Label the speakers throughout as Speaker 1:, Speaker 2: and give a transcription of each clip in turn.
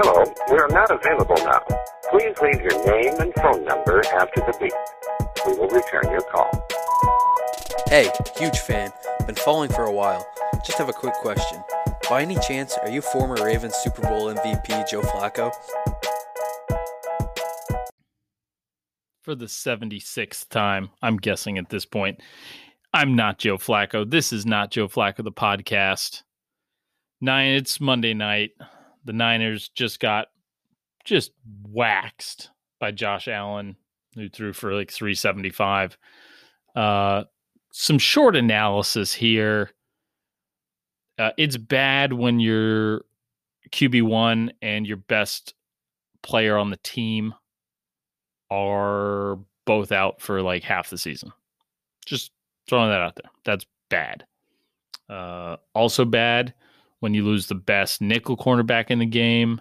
Speaker 1: Hello, we are not available now. Please leave your name and phone number after the beep. We will return your call.
Speaker 2: Hey, huge fan. Been following for a while. Just have a quick question. By any chance, are you former Ravens Super Bowl MVP Joe Flacco?
Speaker 3: For the 76th time, I'm guessing at this point. I'm not Joe Flacco. This is not Joe Flacco, the podcast. Nine, it's Monday night. The Niners just got just waxed by Josh Allen, who threw for like 375. Uh, some short analysis here. Uh, it's bad when you're QB1 and your best player on the team are both out for like half the season. Just throwing that out there. That's bad. Uh, also, bad when you lose the best nickel cornerback in the game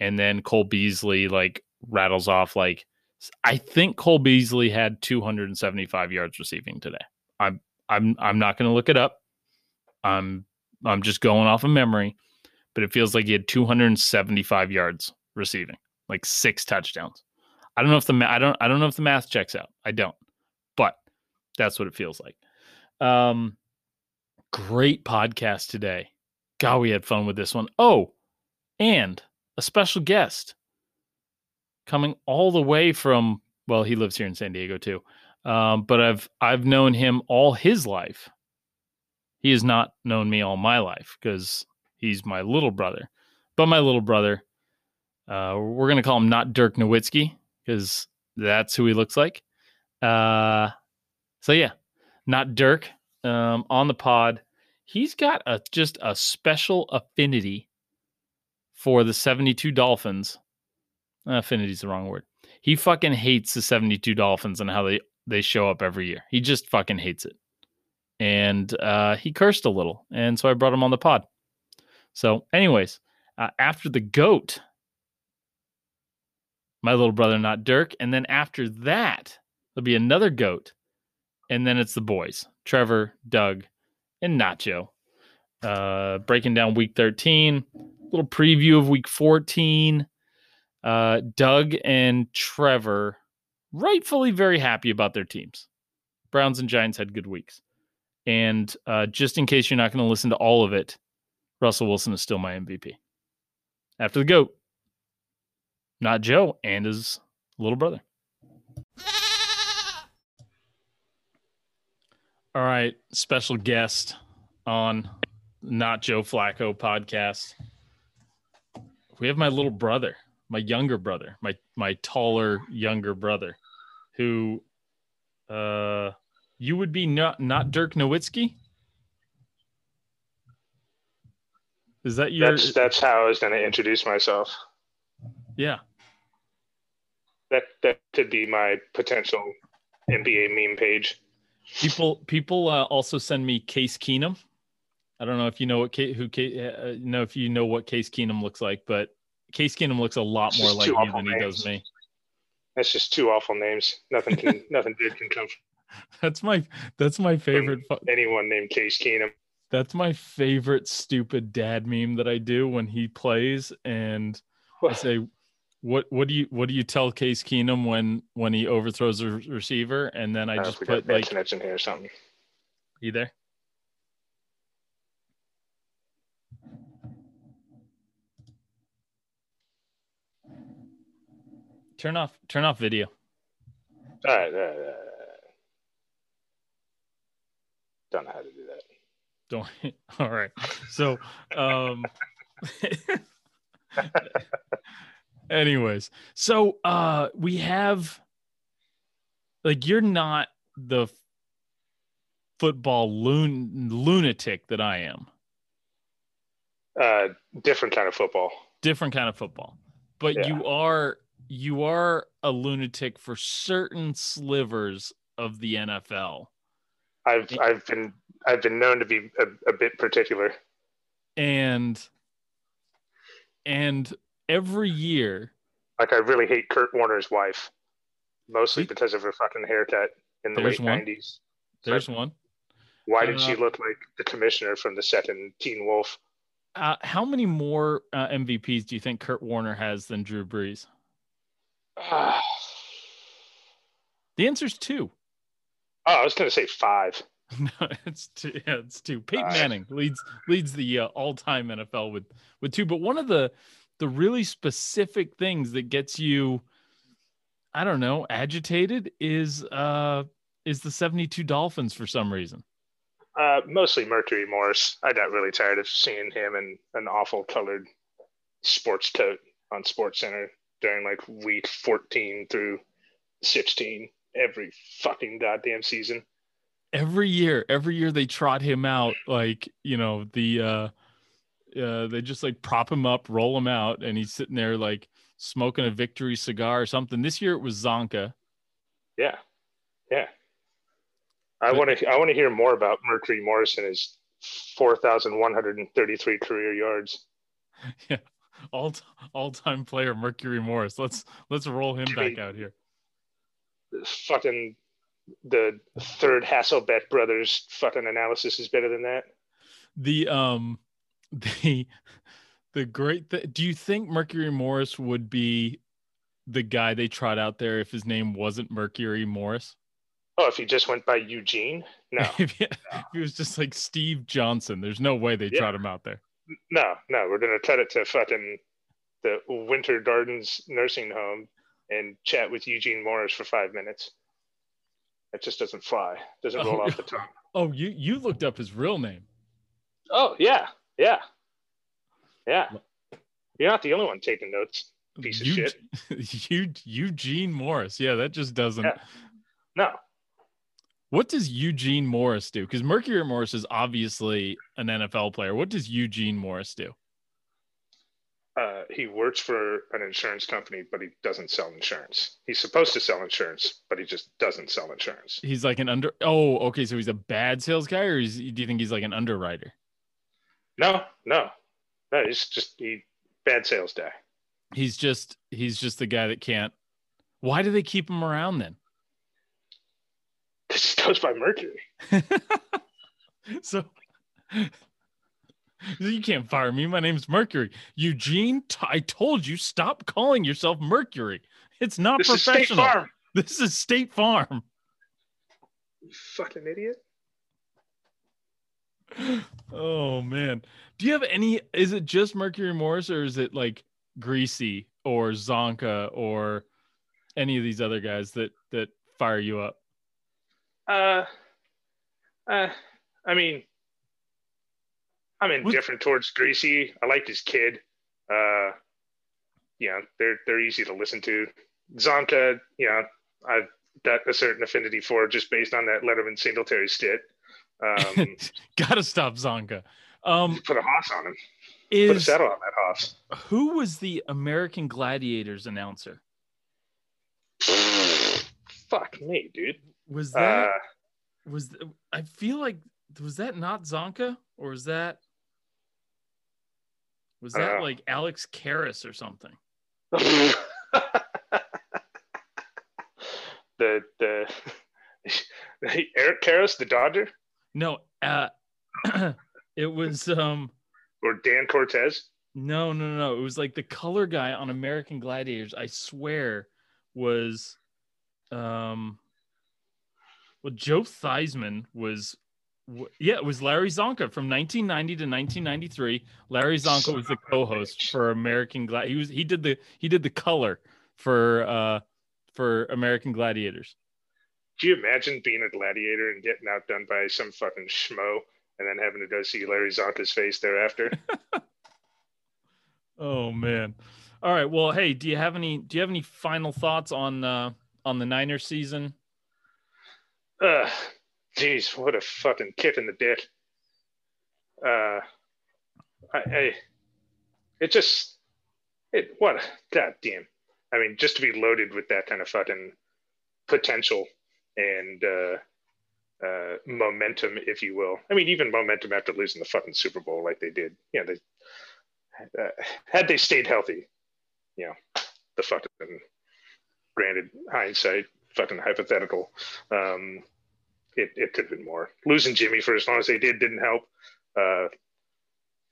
Speaker 3: and then Cole Beasley like rattles off like I think Cole Beasley had 275 yards receiving today. I'm I'm I'm not going to look it up. I'm I'm just going off of memory, but it feels like he had 275 yards receiving, like six touchdowns. I don't know if the ma- I don't I don't know if the math checks out. I don't, but that's what it feels like. Um, great podcast today. God, we had fun with this one. Oh, and a special guest coming all the way from well, he lives here in San Diego too, um, but I've I've known him all his life he has not known me all my life because he's my little brother. But my little brother, uh, we're going to call him not Dirk Nowitzki because that's who he looks like. Uh, so, yeah, not Dirk um, on the pod. He's got a just a special affinity for the 72 Dolphins. Affinity's the wrong word. He fucking hates the 72 Dolphins and how they, they show up every year. He just fucking hates it and uh, he cursed a little, and so I brought him on the pod. So, anyways, uh, after the goat, my little brother, not Dirk, and then after that, there'll be another goat, and then it's the boys, Trevor, Doug, and Nacho, uh, breaking down week thirteen, little preview of week fourteen. Uh, Doug and Trevor, rightfully very happy about their teams. Browns and Giants had good weeks. And uh, just in case you're not going to listen to all of it, Russell Wilson is still my MVP. After the GOAT, not Joe and his little brother. All right, special guest on Not Joe Flacco podcast. We have my little brother, my younger brother, my my taller younger brother, who uh you would be not not Dirk Nowitzki. Is that your?
Speaker 4: That's that's how I was going to introduce myself.
Speaker 3: Yeah,
Speaker 4: That that could be my potential NBA meme page.
Speaker 3: people people uh, also send me Case Keenum. I don't know if you know what Case, who Case, uh, know if you know what Case Keenum looks like, but Case Keenum looks a lot
Speaker 4: It's
Speaker 3: more
Speaker 4: just
Speaker 3: like
Speaker 4: two
Speaker 3: you
Speaker 4: awful
Speaker 3: than he does
Speaker 4: names.
Speaker 3: me.
Speaker 4: That's just two awful names. Nothing can nothing good can come from
Speaker 3: That's my that's my favorite fu-
Speaker 4: anyone named Case Keenum.
Speaker 3: That's my favorite stupid dad meme that I do when he plays and I say what what do you what do you tell Case Keenum when when he overthrows a receiver and then I
Speaker 4: Uh,
Speaker 3: just
Speaker 4: we got
Speaker 3: put like
Speaker 4: Antonettes in here or something.
Speaker 3: you there? Turn off turn off video.
Speaker 4: All right, all right, all right, all right. Don't know how to do that.
Speaker 3: Don't all right. So um anyways, so uh we have like you're not the f- football loon lunatic that I am.
Speaker 4: Uh, different kind of football.
Speaker 3: different kind of football but
Speaker 4: Yeah.
Speaker 3: you are you are a lunatic for certain slivers of the NFL
Speaker 4: I've I've been I've been known to be a, a bit particular.
Speaker 3: and and every year
Speaker 4: Like I really hate Kurt Warner's wife, mostly
Speaker 3: He-
Speaker 4: because of her fucking haircut in the
Speaker 3: There's
Speaker 4: late
Speaker 3: one.
Speaker 4: nineties.
Speaker 3: there's one
Speaker 4: Why did she
Speaker 3: Uh,
Speaker 4: look like the commissioner from the second Teen Wolf?
Speaker 3: uh, how many more uh, MVPs do you think Kurt Warner has than Drew Brees
Speaker 4: oh,
Speaker 3: the answer's two
Speaker 4: Oh, I was gonna say five.
Speaker 3: no it's two yeah, it's two Peyton
Speaker 4: All right.
Speaker 3: Manning leads leads the uh, all-time NFL with with two but one of the the really specific things that gets you i don't know agitated is uh is the 72 dolphins for some reason
Speaker 4: Uh, mostly Mercury Morris. I got really tired of seeing him in an awful colored sports coat on Sports Center during like week 14 through 16 every fucking goddamn season.
Speaker 3: every year every year they trot him out like you know the uh uh, they just like prop him up, roll him out, and he's sitting there like smoking a victory cigar or something. This year it was Zonka.
Speaker 4: Yeah, yeah. I want to. I want to hear more about Mercury Morris and his 4,133 career yards.
Speaker 3: All all time player Mercury Morris. Let's let's roll him
Speaker 4: Jimmy-
Speaker 3: back out here.
Speaker 4: Fucking the third Hasselbeck brothers. Fucking analysis is better than that.
Speaker 3: the um the the great th- do you think mercury morris would be the guy they trot out there if his name wasn't mercury morris
Speaker 4: Oh, if he just went by Eugene? No,
Speaker 3: if, he, if he was just like steve johnson there's no way they
Speaker 4: Yeah.
Speaker 3: trot him out there
Speaker 4: no, no. We're gonna cut it to fucking the Winter Gardens nursing home and chat with Eugene Morris for five minutes. It just doesn't fly. Doesn't roll
Speaker 3: Oh,
Speaker 4: off the tongue.
Speaker 3: oh you you looked up his real name
Speaker 4: Oh yeah, yeah, yeah. You're not the only one taking notes. Piece of
Speaker 3: shit eugene morris yeah that just doesn't
Speaker 4: Yeah. No,
Speaker 3: what does eugene morris do because mercury morris is obviously an nfl player what does eugene morris do
Speaker 4: uh, he works for an insurance company, but he doesn't sell insurance. He's supposed to sell insurance, but he just doesn't sell insurance.
Speaker 3: he's like an under oh okay so he's a bad sales guy or is, do you think he's like an underwriter
Speaker 4: No, no, no. He's just he bad sales guy.
Speaker 3: he's just he's just the guy that can't why do they keep him around then
Speaker 4: This goes by Mercury.
Speaker 3: so you can't fire me my name's mercury eugene t- i told you stop calling yourself mercury it's not
Speaker 4: This is
Speaker 3: professional
Speaker 4: State Farm.
Speaker 3: this is state farm
Speaker 4: You fucking idiot.
Speaker 3: oh man do you have any is it just mercury morris or is it like greasy or zonka or any of these other guys that that fire you up
Speaker 4: Uh, uh, I mean, I'm indifferent towards Greasy. I like his kid. Uh, yeah, they're they're easy to listen to. Zonka, yeah, I've got a certain affinity for just based on that Letterman Singletary stint. Um,
Speaker 3: gotta stop zonka um
Speaker 4: put a hoss on him. Put a
Speaker 3: is
Speaker 4: saddle on that hoss.
Speaker 3: who was the american gladiators announcer
Speaker 4: Fuck me, dude.
Speaker 3: was
Speaker 4: Uh,
Speaker 3: that was th- i feel like was that not zonka or was that was
Speaker 4: I don't
Speaker 3: that
Speaker 4: know.
Speaker 3: like alex Karras or something
Speaker 4: the the Eric Karras, the Dodger,
Speaker 3: no uh it was um
Speaker 4: or Dan Cortez.
Speaker 3: No, no, no. It was like the color guy on American Gladiators, I swear, was um well Joe Theismann was w- yeah, it was Larry Zonka from 1990 to 1993. Larry Zonka
Speaker 4: Son
Speaker 3: was the
Speaker 4: of a
Speaker 3: co-host
Speaker 4: bitch.
Speaker 3: for American Glad. He was he did the he did the color for uh for American Gladiators.
Speaker 4: Do you imagine being a gladiator and getting outdone by some fucking schmo and then having to go see Larry Zonka's face thereafter?
Speaker 3: Oh man. All right. Well, hey, do you have any do you have any final thoughts on uh on the Niners season?
Speaker 4: Ugh, jeez, what a fucking kick in the dick. Uh, I, I, It just it what god damn. I mean, just to be loaded with that kind of fucking potential and uh, uh, momentum, if you will. I mean, even momentum after losing the fucking Super Bowl like they did. You know, they uh, had they stayed healthy. You know, the fucking granted hindsight, fucking hypothetical. Um, it, it could have been more. Losing Jimmy for as long as they did didn't help. Uh,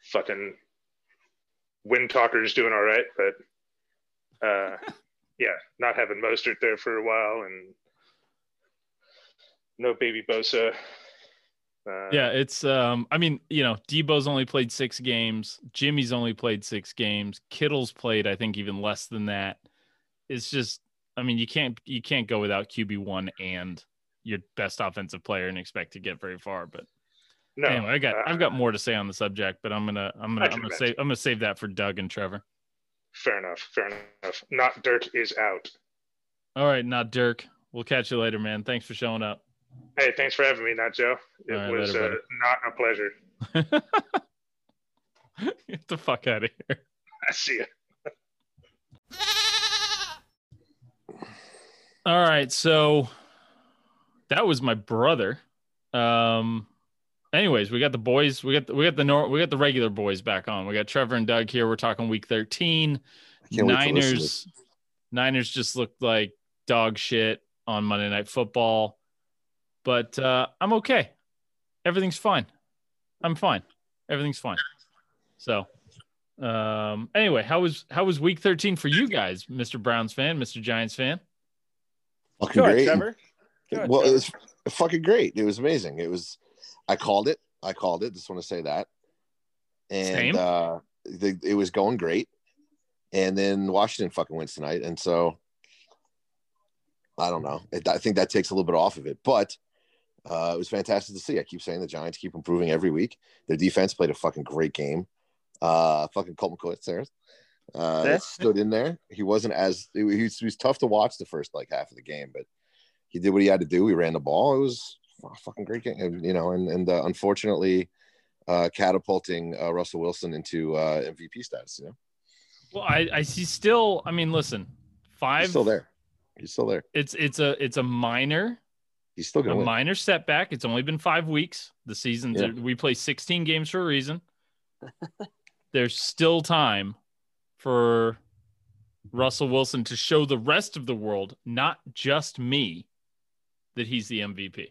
Speaker 4: fucking wind talkers doing all right, but uh, yeah, not having Mostert there for a while and no baby Bosa. Uh,
Speaker 3: yeah, it's um I mean, you know, Debo's only played 6 games, Jimmy's only played 6 games, Kittle's played I think even less than that. It's just I mean, you can't you can't go without QB1 and your best offensive player and expect to get very far, but
Speaker 4: no,
Speaker 3: anyway, I got
Speaker 4: uh,
Speaker 3: I've got more to say on the subject, but I'm gonna I'm gonna
Speaker 4: I
Speaker 3: I'm
Speaker 4: can
Speaker 3: gonna save I'm gonna save that for Doug and Trevor.
Speaker 4: Fair enough. Fair enough. Not Dirk is out.
Speaker 3: All right, not Dirk. We'll catch you later, man. Thanks for showing up.
Speaker 4: Hey, thanks for having me, Not Joe. It
Speaker 3: All right,
Speaker 4: was
Speaker 3: later,
Speaker 4: uh,
Speaker 3: buddy.
Speaker 4: not a pleasure.
Speaker 3: Get the fuck out of here.
Speaker 4: I see you.
Speaker 3: All right, so that was my brother. Um anyways, we got the boys, we got the, we got the nor- we got the regular boys back on. We got Trevor and Doug here. We're talking week 13.
Speaker 5: Can't wait to listen to
Speaker 3: Niners Niners just looked like dog shit on Monday Night Football. But uh I'm okay. Everything's fine. I'm fine. Everything's fine. So um anyway, how was how was week 13 for you guys, Mr. Browns fan, Mr. Giants fan?
Speaker 5: Fucking
Speaker 6: Go ahead,
Speaker 5: great.
Speaker 6: Trevor. Go ahead,
Speaker 5: well,
Speaker 6: Trevor.
Speaker 5: it was fucking great. It was amazing. It was. I called it. I called it. Just want to say that. And
Speaker 3: Same.
Speaker 5: uh, the, it was going great. And then Washington fucking wins tonight, and so I don't know. It, I think that takes a little bit off of it, but uh, it was fantastic to see. I keep saying the Giants keep improving every week. Their defense played a fucking great game. Uh, fucking Colton Coates there. Uh,
Speaker 6: That's-
Speaker 5: stood in there. He wasn't as he was, he was tough to watch the first like half of the game, but he did what he had to do. We ran the ball. It was a fucking great game, and, you know. And and uh, unfortunately, uh, catapulting uh, Russell Wilson into uh, MVP status. You know,
Speaker 3: Well, I, I see still. I mean, listen,
Speaker 5: he's
Speaker 3: five.
Speaker 5: still there. He's still there.
Speaker 3: It's it's a it's a minor
Speaker 5: He's still
Speaker 3: a
Speaker 5: gonna win.
Speaker 3: minor setback. It's only been five weeks. The season
Speaker 5: Yeah.
Speaker 3: we play sixteen games for a reason. There's still time for Russell Wilson to show the rest of the world, not just me, that he's the MVP.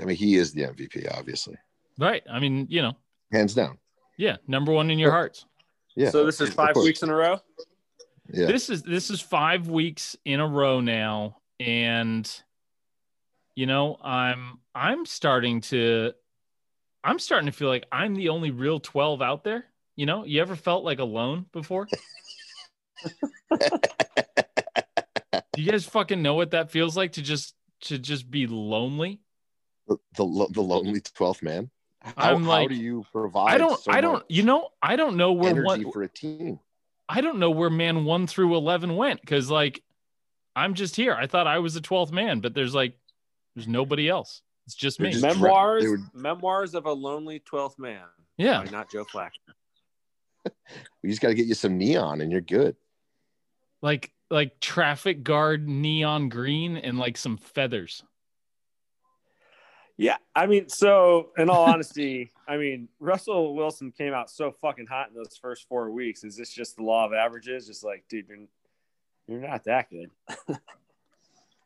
Speaker 5: I mean, he is the MVP, obviously,
Speaker 3: Right. I mean, you know,
Speaker 5: hands down.
Speaker 3: yeah, number one in your hearts.
Speaker 5: Yeah.
Speaker 6: So this is
Speaker 5: Of
Speaker 6: five
Speaker 5: course.
Speaker 6: weeks in a row.
Speaker 5: Yeah.
Speaker 3: this is this is five weeks in a row now and you know i'm i'm starting to i'm starting to feel like i'm the only real 12 out there you know you ever felt like alone before do you guys fucking know what that feels like to just to just be lonely
Speaker 5: the, the lo- the lonely twelfth man. How,
Speaker 3: I'm
Speaker 5: how
Speaker 3: like-
Speaker 5: do you provide?
Speaker 3: i don't
Speaker 5: so
Speaker 3: i don't
Speaker 5: much
Speaker 3: you know i don't know where
Speaker 5: energy
Speaker 3: one
Speaker 5: for a team.
Speaker 3: I don't know where man one through eleven went because like I'm just here. I thought I was the twelfth man, but there's like there's nobody else. It's just me.
Speaker 5: They're just-
Speaker 6: Memoirs,
Speaker 5: They were-
Speaker 6: memoirs of a lonely twelfth man.
Speaker 3: yeah.
Speaker 6: By not Joe Flacco.
Speaker 5: We just got to get you some neon, and you're good.
Speaker 3: Like like traffic guard neon green and like some feathers.
Speaker 6: Yeah, I mean, so in all honesty, I mean, Russell Wilson came out so fucking hot in those first four weeks. Is this just the law of averages? Just like, dude, you're, you're not that good.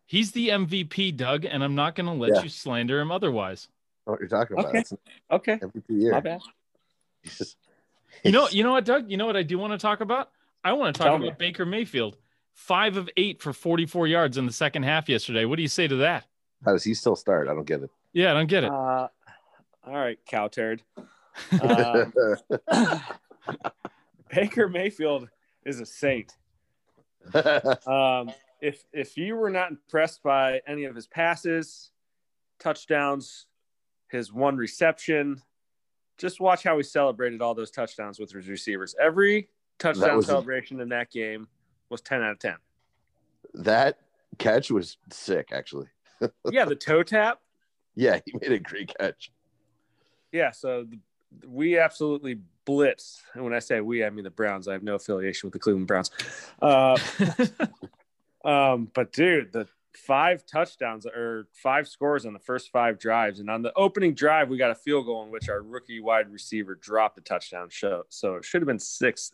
Speaker 3: He's the MVP, Doug, and I'm not gonna let
Speaker 5: Yeah.
Speaker 3: you slander him otherwise.
Speaker 5: I know What you're talking about?
Speaker 6: Okay.
Speaker 5: It's
Speaker 6: Okay,
Speaker 5: every two years.
Speaker 6: my bad.
Speaker 5: He's just-
Speaker 3: You know, you know what, Doug? You know what I do want to talk about? I want to talk
Speaker 6: Tell
Speaker 3: about
Speaker 6: me.
Speaker 3: Baker Mayfield. Five of eight for 44 yards in the second half yesterday. What do you say to that?
Speaker 5: how does he still start? I don't get it.
Speaker 3: Yeah, I don't get it.
Speaker 6: Uh, all right, cow turd. Uh, Baker Mayfield is a saint. Um, if if you were not impressed by any of his passes, touchdowns, his one reception, just watch how he celebrated all those touchdowns with his receivers. Every
Speaker 5: That
Speaker 6: touchdown
Speaker 5: was-
Speaker 6: celebration in that game was ten out of ten.
Speaker 5: that catch was sick, actually.
Speaker 6: Yeah, the toe tap.
Speaker 5: Yeah, he made a great catch.
Speaker 6: Yeah, so the, we absolutely blitz. And when I say we, I mean the Browns. I have no affiliation with the Cleveland Browns. Uh, um, but dude, the five touchdowns or five scores on the first five drives, and on the opening drive, we got a field goal in which our rookie wide receiver dropped the touchdown show. So it should have been six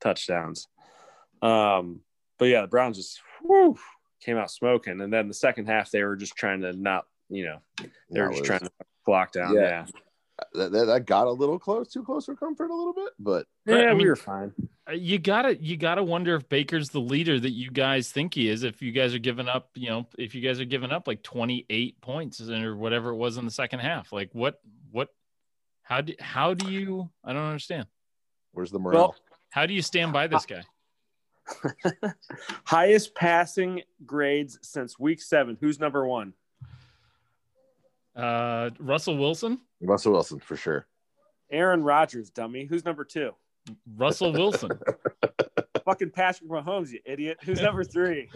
Speaker 6: touchdowns. Um, but yeah, the Browns just whew, came out smoking, and then the second half they were just trying to not, you know, they were
Speaker 5: Not
Speaker 6: just
Speaker 5: lose.
Speaker 6: trying to block down.
Speaker 5: Yeah.
Speaker 6: Yeah.
Speaker 5: that, that, that got a little close, too close for comfort a little bit, but
Speaker 3: Right,
Speaker 6: Yeah,
Speaker 3: I mean-
Speaker 6: we were fine.
Speaker 3: Uh, you gotta you gotta wonder if Baker's the leader that you guys think he is. If you guys are giving up, you know, if you guys are giving up like twenty eight points or whatever it was in the second half, like what what how do how do you I don't understand.
Speaker 5: where's the morale?
Speaker 3: How do you stand by this guy?
Speaker 6: Highest passing grades since week seven. Who's number one?
Speaker 3: Uh, Russell Wilson,
Speaker 5: Russell Wilson for sure.
Speaker 6: Aaron Rodgers, dummy. Who's number two?
Speaker 3: Russell Wilson,
Speaker 6: Fucking Patrick Mahomes, you idiot. Who's number three?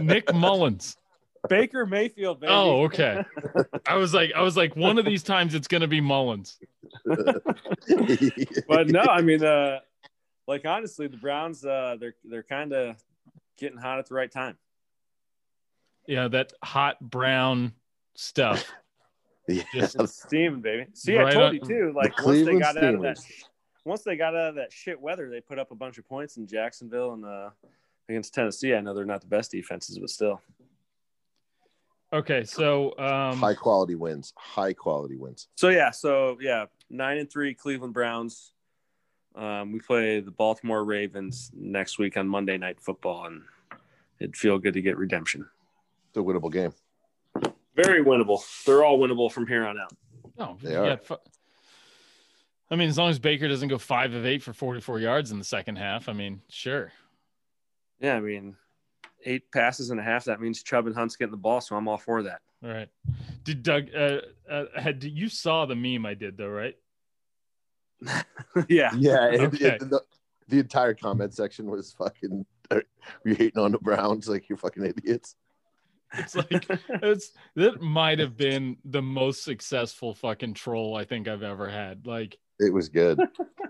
Speaker 3: Nick Mullins.
Speaker 6: Baker Mayfield, baby.
Speaker 3: Oh, okay. I was like I was like one of these times it's gonna be Mullins.
Speaker 6: But no, I mean, uh, like honestly, the Browns, uh, they're they're kind of getting hot at the right time.
Speaker 3: Yeah, that hot brown stuff.
Speaker 5: Yeah.
Speaker 3: Just
Speaker 6: It's steaming, baby. See, I
Speaker 3: Right
Speaker 6: told
Speaker 3: on-
Speaker 6: you too. Like once they
Speaker 5: Cleveland
Speaker 6: got out of that,
Speaker 5: Steelers.
Speaker 6: once they got out of that shit weather, they put up a bunch of points in Jacksonville and uh, against Tennessee. I know they're not the best defenses, but still.
Speaker 3: okay. So um,
Speaker 5: high quality wins. High quality wins.
Speaker 6: So yeah, so yeah, nine and three Cleveland Browns. Um, we play the Baltimore Ravens next week on Monday Night Football, and it'd feel good to get redemption.
Speaker 5: It's a winnable game.
Speaker 6: Very winnable. They're all winnable from here on out.
Speaker 3: No,
Speaker 5: They
Speaker 3: yeah,
Speaker 5: are.
Speaker 3: fu- I mean, as long as Baker doesn't go five of eight for 44 yards in the second half, I mean, sure.
Speaker 6: Yeah, I mean, eight passes and a half. That means Chubb and Hunt's getting the ball, so I'm all for that.
Speaker 3: All right. Did Doug, uh, uh, had, you saw the meme I did though, right?
Speaker 6: yeah,
Speaker 5: Yeah, and,
Speaker 3: Okay.
Speaker 5: and the, the entire comment section was fucking. Are you hating on the Browns like you fucking idiots?
Speaker 3: It's like, it's, that might have been the most successful fucking troll I think I've ever had. Like,
Speaker 5: It was good.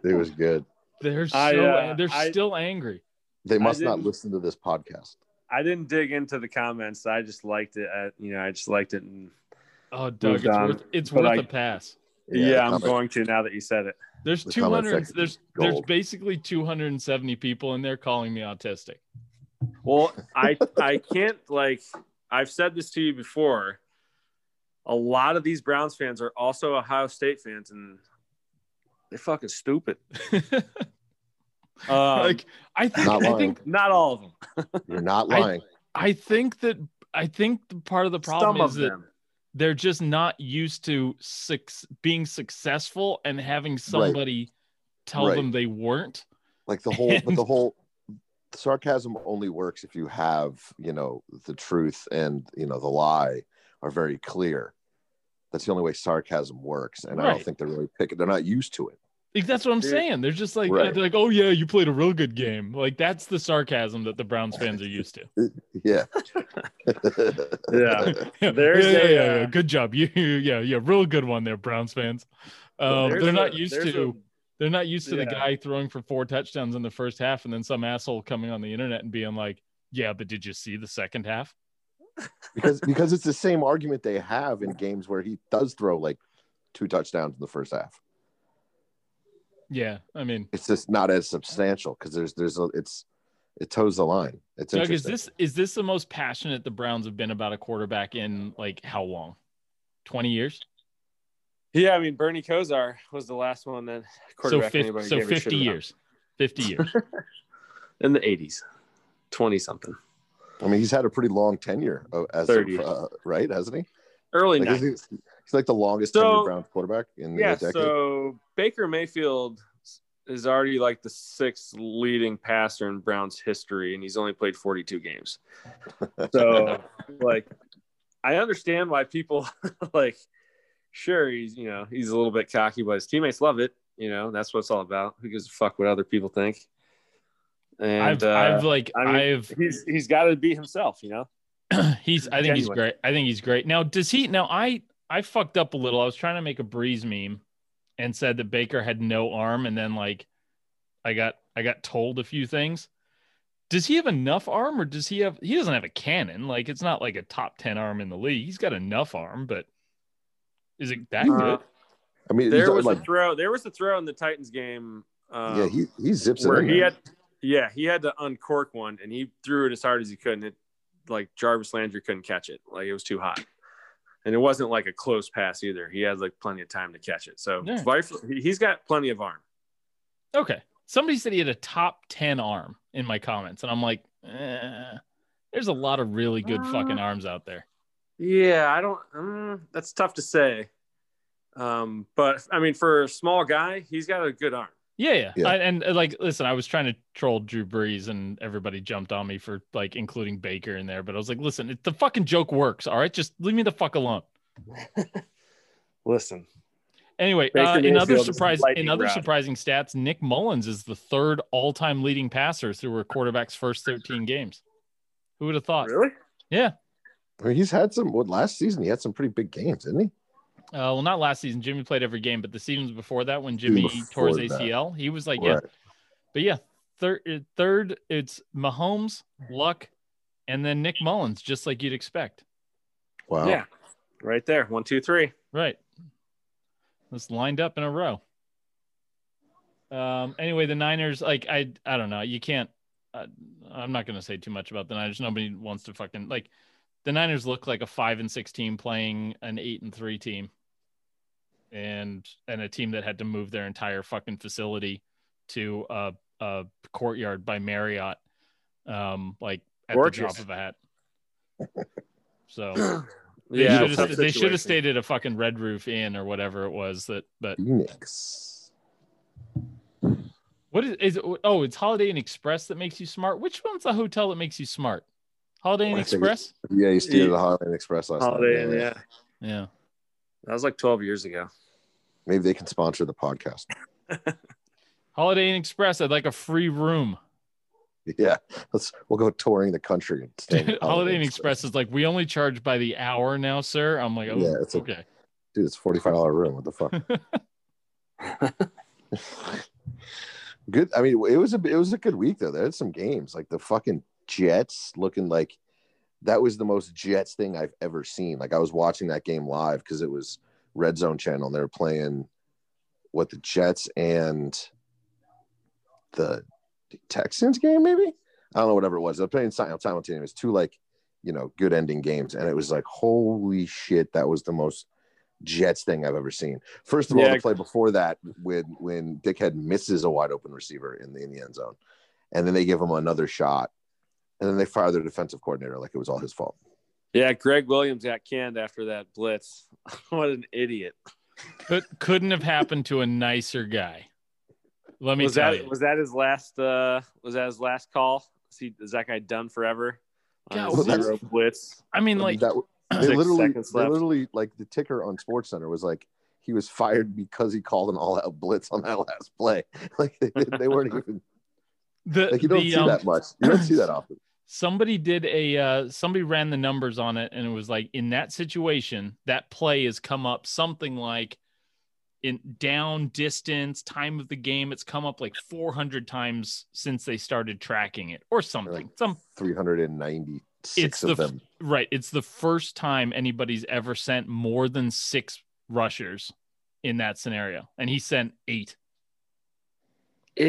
Speaker 5: It was good.
Speaker 3: they're so,
Speaker 6: I, uh,
Speaker 3: they're
Speaker 6: I-
Speaker 3: still angry.
Speaker 5: They must not
Speaker 6: didn't-
Speaker 5: listen to this podcast.
Speaker 6: I didn't dig into the comments. I just liked it. I, you know, I just liked it. And
Speaker 3: Oh, Doug, it's
Speaker 6: Moved
Speaker 5: um,
Speaker 6: on.
Speaker 3: worth, it's
Speaker 6: But
Speaker 3: worth
Speaker 6: I-
Speaker 3: a pass.
Speaker 6: yeah,
Speaker 5: the
Speaker 6: I'm
Speaker 5: comment-
Speaker 6: going to now that you said it.
Speaker 3: There's
Speaker 5: The comment
Speaker 3: 200,
Speaker 5: section
Speaker 3: there's,
Speaker 5: is
Speaker 3: there's
Speaker 5: gold.
Speaker 3: basically 270 people in there calling me autistic.
Speaker 6: Well, I I can't like I've said this to you before. A lot of these Browns fans are also Ohio State fans, and they're fucking stupid. Um,
Speaker 3: like, I think,
Speaker 5: Not
Speaker 3: I
Speaker 5: lying.
Speaker 3: think
Speaker 6: not all of them.
Speaker 5: You're not
Speaker 3: I-
Speaker 5: lying.
Speaker 3: I think that I think the part of the problem
Speaker 6: Some
Speaker 3: is
Speaker 6: of
Speaker 3: that
Speaker 6: them.
Speaker 3: they're just not used to six being successful and having somebody tell
Speaker 5: Right.
Speaker 3: them they weren't.
Speaker 5: like the whole, but
Speaker 3: And-
Speaker 5: the whole sarcasm only works if you have, you know, the truth and you know the lie are very clear. That's the only way sarcasm works, and I
Speaker 3: Right.
Speaker 5: don't think they're really picking. They're not used to it.
Speaker 3: Like, that's what I'm
Speaker 6: Dude.
Speaker 3: saying. They're just like
Speaker 5: Right.
Speaker 3: they're like, oh yeah, you played a real good game. Like that's the sarcasm that the Browns fans are used to.
Speaker 5: Yeah.
Speaker 6: Yeah.
Speaker 3: yeah,
Speaker 6: There's
Speaker 3: yeah,
Speaker 6: a,
Speaker 3: yeah, yeah,
Speaker 6: uh,
Speaker 3: good job. You, you- yeah, yeah, real good one there, Browns fans. Um,
Speaker 6: There's
Speaker 3: they're
Speaker 6: a-
Speaker 3: not used
Speaker 6: there's
Speaker 3: to. They're not used to the
Speaker 6: Yeah.
Speaker 3: guy throwing for four touchdowns in the first half and then some asshole coming on the internet and being like, yeah, but did you see the second half?
Speaker 5: because because it's the same argument they have in games where he does throw like two touchdowns in the first half.
Speaker 3: Yeah, I mean,
Speaker 5: It's just not as substantial because there's there's a, it's it toes the line. It's
Speaker 3: Doug, is
Speaker 5: interesting.
Speaker 3: this is this the most passionate the Browns have been about a quarterback in like how long? Twenty years.
Speaker 6: Yeah, I mean Bernie Kosar was the last one that
Speaker 3: So
Speaker 6: quarterback
Speaker 3: fifty.
Speaker 6: anybody
Speaker 3: So
Speaker 6: gave a shit
Speaker 3: fifty
Speaker 6: about.
Speaker 3: years. Fifty years.
Speaker 6: in the '80s, twenty something,
Speaker 5: I mean, he's had a pretty long tenure uh, as of,
Speaker 6: 30.
Speaker 5: uh, right, hasn't he?
Speaker 6: early
Speaker 5: Like,
Speaker 6: 90s.
Speaker 5: isn't he- he's, like the longest
Speaker 6: So-
Speaker 5: tenured Browns quarterback in
Speaker 6: yeah,
Speaker 5: a decade.
Speaker 6: so Baker Mayfield is already like the sixth leading passer in Browns history, and he's only played 42 games. So, like, I understand why people like. Sure, he's you know he's a little bit cocky, but his teammates love it. You know that's what it's all about. Who gives a fuck what other people think? And
Speaker 3: I've,
Speaker 6: uh,
Speaker 3: I've like
Speaker 6: I mean-
Speaker 3: I've
Speaker 6: he's he's got to be himself. You know,
Speaker 3: he's I think he's
Speaker 6: Genuine.
Speaker 3: great. I think he's great. Now does he now I I fucked up a little. I was trying to make a breeze meme and said that Baker had no arm, and then like I got I got told a few things. Does he have enough arm, or does he have? He doesn't have a cannon. Like it's not like a top ten arm in the league. He's got enough arm, but is it that
Speaker 6: Uh,
Speaker 3: good?
Speaker 5: I mean,
Speaker 6: There
Speaker 5: he's
Speaker 6: was a
Speaker 5: like,
Speaker 6: throw. There was a throw in the Titans game. Um,
Speaker 5: yeah, he, he zips it
Speaker 6: where
Speaker 5: in
Speaker 6: he
Speaker 5: there.
Speaker 6: had, yeah, he had to uncork one, and he threw it as hard as he could, and it like Jarvis Landry couldn't catch it. Like it was too hot, and it wasn't like a close pass either. He had like plenty of time to catch it. So
Speaker 3: Yeah.
Speaker 6: Vif- he- he's got plenty of arm.
Speaker 3: Okay. Somebody said he had a top 10 arm in my comments. And I'm like, eh, there's a lot of really good
Speaker 6: uh,
Speaker 3: fucking arms out there.
Speaker 6: Yeah, I don't. mm, that's tough to say. Um, but I mean, for a small guy, he's got a good arm.
Speaker 3: Yeah. Yeah.
Speaker 5: Yeah.
Speaker 3: I, and uh, like, listen, I was trying to troll Drew Brees and everybody jumped on me for like including Baker in there. But I was like, listen, it, the fucking joke works. All right. Just leave me the fuck alone.
Speaker 6: Listen,
Speaker 3: Anyway,
Speaker 6: Baker
Speaker 3: uh, in other
Speaker 6: Mayfield is
Speaker 3: surprise, in
Speaker 6: lightning
Speaker 3: other
Speaker 6: rod.
Speaker 3: surprising stats, Nick Mullins is the third all-time leading passer through a quarterback's first 13 games. Who would have thought?
Speaker 6: really?
Speaker 3: Yeah.
Speaker 5: I mean, he's had some. Well, last season he had some pretty big games, didn't he?
Speaker 3: Uh, well, not last season. Jimmy played every game, but the seasons before that, when Jimmy tore his
Speaker 5: before that.
Speaker 3: ACL, he was like, yeah.
Speaker 5: Right.
Speaker 3: But yeah, third, third, it's Mahomes, Luck, and then Nick Mullins, just like you'd expect.
Speaker 5: Wow.
Speaker 6: Yeah, right there. One, two, three.
Speaker 3: Right. It's lined up in a row. Um. Anyway, the Niners, like I, I don't know. You can't. Uh, I'm not going to say too much about the Niners. Nobody wants to fucking like. The Niners look like a five and six team playing an eight and three team, and and a team that had to move their entire fucking facility to a a courtyard by Marriott, um, like at the
Speaker 6: Gorgeous.
Speaker 3: drop of a hat. So they
Speaker 6: Yeah,
Speaker 3: should have, they should have stayed at a fucking Red Roof Inn or whatever it was. That, but
Speaker 5: Phoenix.
Speaker 3: what is, is it, oh, it's Holiday Inn Express that makes you smart. Which one's the hotel that makes you smart? Holiday Inn
Speaker 5: I think it-
Speaker 3: Express.
Speaker 5: Yeah, he stayed at
Speaker 6: Yeah.
Speaker 5: the Holiday Inn Express last
Speaker 6: Holiday
Speaker 5: night.
Speaker 6: Inn, yeah.
Speaker 3: Yeah.
Speaker 6: That was like 12 years ago.
Speaker 5: Maybe they can sponsor the podcast.
Speaker 3: Holiday Inn Express. I'd like a free room.
Speaker 5: Yeah, let's we'll go touring the country and stay. at
Speaker 3: Holiday, Inn Express is like we only charge by the hour now, sir. I'm like, oh,
Speaker 5: Yeah, it's a-
Speaker 3: okay.
Speaker 5: Dude, it's forty five dollar room. What the fuck? good. I mean, it was a it was a good week though. There had some games like the fucking Jets looking like that was the most Jets thing I've ever seen. Like I was watching that game live because it was Red Zone Channel and they were playing what the Jets and the Texans game maybe. I don't know whatever it was. They're playing sim- simultaneous two like you know good ending games and it was like holy shit that was the most Jets thing I've ever seen. First of all,
Speaker 6: Yeah.
Speaker 5: the play before that when when Dickhead misses a wide open receiver in the, in the end zone, and then they give him another shot, and then they fire their defensive coordinator like it was all his fault.
Speaker 6: Yeah, Greg Williams got canned after that blitz. what an idiot.
Speaker 3: But couldn't have happened to a nicer guy. Let me
Speaker 6: Was
Speaker 3: tell
Speaker 6: that
Speaker 3: you.
Speaker 6: was that his last uh was that his last call? Is, he, is that guy done forever? On
Speaker 3: Yeah,
Speaker 6: his
Speaker 5: well, that's-
Speaker 6: zero blitz.
Speaker 3: I mean, like
Speaker 5: that,
Speaker 6: six
Speaker 5: they literally,
Speaker 6: seconds
Speaker 5: they
Speaker 6: left.
Speaker 5: literally like the ticker on Sports Center was like he was fired because he called an all out blitz on that last play. Like they, didn't- they weren't even
Speaker 3: the
Speaker 5: like you don't
Speaker 3: the,
Speaker 5: see
Speaker 3: um,
Speaker 5: that much. You don't see that often.
Speaker 3: somebody did a uh, somebody ran the numbers on it and it was like in that situation that play has come up something like in down distance time of the game it's come up like 400 times since they started tracking it or something some
Speaker 5: Three hundred and ninety
Speaker 3: It's
Speaker 5: six
Speaker 3: the
Speaker 5: of them.
Speaker 3: right it's the first time anybody's ever sent more than six rushers in that scenario and he sent eight
Speaker 5: Uh,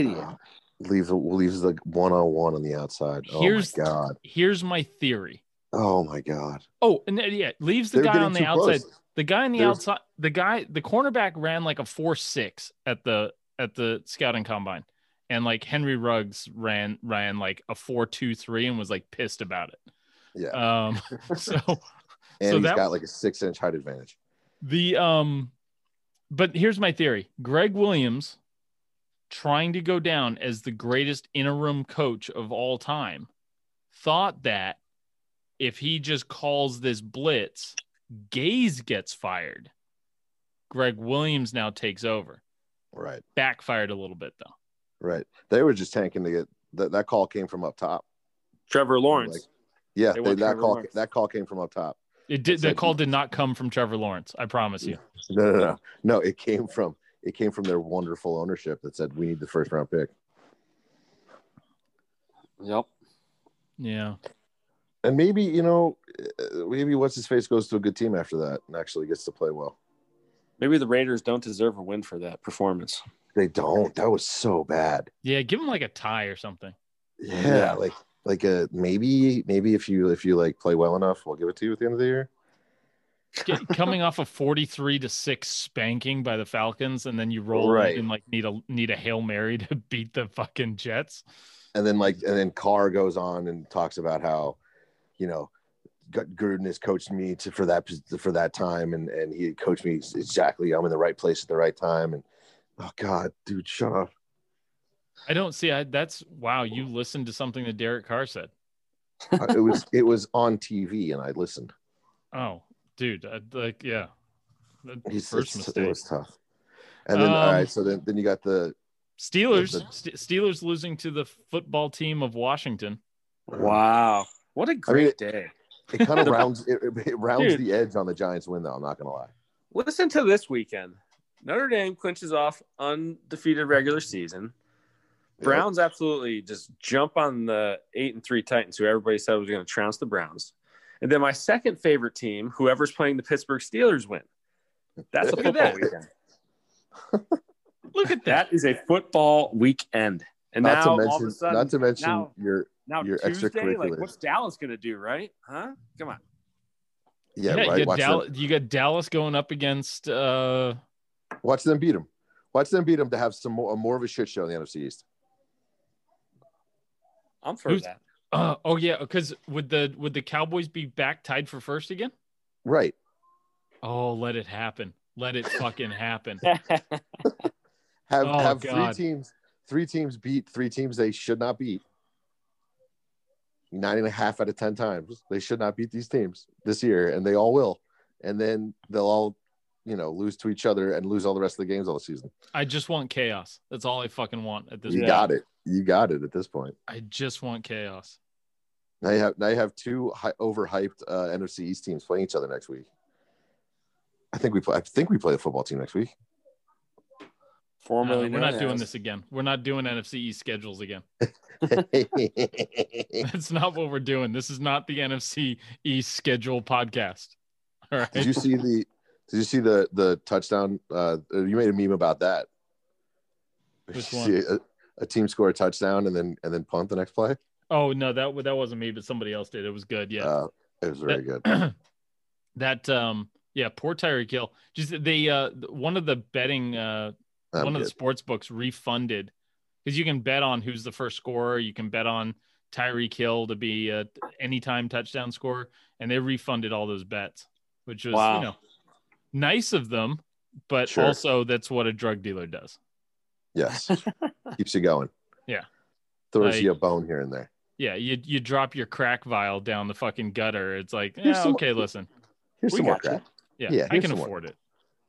Speaker 5: leaves leaves the one on one on the outside. Oh
Speaker 3: Here's-
Speaker 5: my god.
Speaker 3: here's my theory
Speaker 5: Oh my god.
Speaker 3: oh and uh, yeah leaves the
Speaker 5: They're
Speaker 3: guy
Speaker 5: getting
Speaker 3: on the
Speaker 5: too
Speaker 3: outside
Speaker 5: close.
Speaker 3: The guy in the
Speaker 5: There was-
Speaker 3: outside, the guy, the cornerback ran like a four six at the at the scouting combine, and like Henry Ruggs ran ran like a four two three and was like pissed about it.
Speaker 5: Yeah.
Speaker 3: Um, so
Speaker 5: and
Speaker 3: So
Speaker 5: he's
Speaker 3: that-
Speaker 5: got like a six inch height advantage.
Speaker 3: the um, but here's my theory: Greg Williams trying to go down as the greatest interim coach of all time thought that if he just calls this blitz, Gaze gets fired. Greg Williams now takes over.
Speaker 5: Right,
Speaker 3: Backfired a little bit though.
Speaker 5: right. They were just tanking to get that. That call came from up top.
Speaker 6: Trevor Lawrence.
Speaker 5: Like, yeah,
Speaker 6: They
Speaker 5: they
Speaker 6: want
Speaker 5: that
Speaker 6: Trevor
Speaker 5: call
Speaker 6: Lawrence.
Speaker 5: that call came from up top.
Speaker 3: It did. The
Speaker 5: Said-
Speaker 3: call did not come from Trevor Lawrence. I promise you.
Speaker 5: No, no, no, no. It came from it came from their wonderful ownership that said we need the first round pick.
Speaker 7: Yep.
Speaker 3: Yeah.
Speaker 5: And maybe you know, uh, maybe what's his face goes to a good team after that and actually gets to play well.
Speaker 6: Maybe the Raiders don't deserve a win for that performance.
Speaker 5: They don't. That was so bad.
Speaker 3: Yeah. Give him like a tie or something.
Speaker 5: Yeah,
Speaker 6: Yeah.
Speaker 5: like like a maybe maybe if you if you like play well enough, we'll give it to you at the end of the year.
Speaker 3: Get, coming off a 43 to 6 spanking by the Falcons and then you roll
Speaker 5: Right.
Speaker 3: right. and like need a need a Hail Mary to beat the fucking Jets.
Speaker 5: And then like and then Carr goes on and talks about how, you know, Gut- Gruden has coached me to, for that for that time, and and he coached me exactly. I'm in the right place at the right time, and oh god, dude, shut up.
Speaker 3: I don't see I, that's wow, you listened to something that Derek Carr said.
Speaker 5: it was it was on TV, and I listened.
Speaker 3: Oh, dude, I, like yeah. The
Speaker 5: He's
Speaker 3: first
Speaker 5: it's-
Speaker 3: mistake.
Speaker 5: It was tough. And then all
Speaker 3: Um,
Speaker 5: right, so then then you got the
Speaker 3: Steelers
Speaker 5: Listen.
Speaker 3: Ste Steelers losing to the football team of Washington.
Speaker 6: Wow. What a great day.
Speaker 5: it kind of rounds it, it rounds
Speaker 6: Dude.
Speaker 5: the edge on the Giants win though. I'm not gonna lie.
Speaker 6: Listen to this weekend. Notre Dame clinches off undefeated regular season. Browns absolutely just jump on the eight and three Titans, who everybody said was going to trounce the Browns. And then my second favorite team, whoever's playing the Pittsburgh Steelers, win. That's a
Speaker 5: Look at
Speaker 6: football
Speaker 5: that.
Speaker 6: weekend.
Speaker 3: Look at that.
Speaker 6: That is a football weekend. And
Speaker 5: not
Speaker 6: now
Speaker 5: to mention,
Speaker 6: all of a sudden,
Speaker 5: not to mention
Speaker 6: now-
Speaker 5: your
Speaker 6: now
Speaker 5: your
Speaker 6: Tuesday, like
Speaker 5: extracurriculars.
Speaker 6: what's Dallas going to do, right? Huh? Come on.
Speaker 5: yeah,
Speaker 3: you,
Speaker 5: right.
Speaker 3: got
Speaker 5: Watch,
Speaker 3: Dal- you got Dallas going up against uh
Speaker 5: them, watch them beat them. Watch them beat them to have some more, more of a shit show in the NFC East.
Speaker 6: I'm for
Speaker 3: Who's-
Speaker 6: that.
Speaker 3: Uh, oh yeah, because would the would the Cowboys be back tied for first again?
Speaker 5: Right.
Speaker 3: Oh, let it happen. Let it fucking happen.
Speaker 5: Have
Speaker 3: Oh,
Speaker 5: have
Speaker 3: God.
Speaker 5: three teams three teams beat three teams they should not beat. Nine and a half out of ten times they should not beat these teams this year, and they all will. And then they'll all, you know, lose to each other and lose all the rest of the games all season.
Speaker 3: I just want chaos. That's all I fucking want at this
Speaker 5: you
Speaker 3: point.
Speaker 5: got it. You got it at this point.
Speaker 3: I just want chaos.
Speaker 5: Now you have now you have two hi- overhyped uh, NFC East teams playing each other next week. I think we play. I think we play the football team next week.
Speaker 3: No,
Speaker 6: Formerly,
Speaker 3: Uh, we're
Speaker 6: known
Speaker 3: not doing
Speaker 6: as-
Speaker 3: this again. We're not doing NFC East schedules again.
Speaker 5: Did
Speaker 3: That's not what we're doing. This is not the NFC East schedule podcast. All right.
Speaker 5: you see the? Did you see the the touchdown? Uh, you made a meme about that. Did
Speaker 3: Which
Speaker 5: you
Speaker 3: one?
Speaker 5: see A, a team score a touchdown and then and then punt the next play.
Speaker 3: oh no, that wa- that wasn't me, but somebody else did. It was good. Yeah.
Speaker 5: Uh, it was very good.
Speaker 3: that um yeah, poor Tyreek Hill. Just they uh one of the betting uh
Speaker 5: I'm
Speaker 3: one of the
Speaker 5: good.
Speaker 3: sports books refunded because you can bet on who's the first scorer. You can bet on Tyreek Hill to be a anytime touchdown scorer, and they refunded all those bets, which was
Speaker 6: Wow.
Speaker 3: you know nice of them, but
Speaker 5: Sure.
Speaker 3: also that's what a drug dealer does.
Speaker 5: yes, keeps you going.
Speaker 3: Yeah.
Speaker 5: throws
Speaker 3: Like-
Speaker 5: you a bone here and there.
Speaker 3: Yeah, you you drop your crack vial down the fucking gutter. It's like,
Speaker 5: Here's
Speaker 3: eh,
Speaker 5: some-
Speaker 3: okay, listen,
Speaker 5: Here's
Speaker 6: We
Speaker 5: some more
Speaker 6: got you.
Speaker 5: crap.
Speaker 3: yeah,
Speaker 5: Yeah,
Speaker 3: I
Speaker 5: here's
Speaker 3: can
Speaker 5: some more.
Speaker 3: afford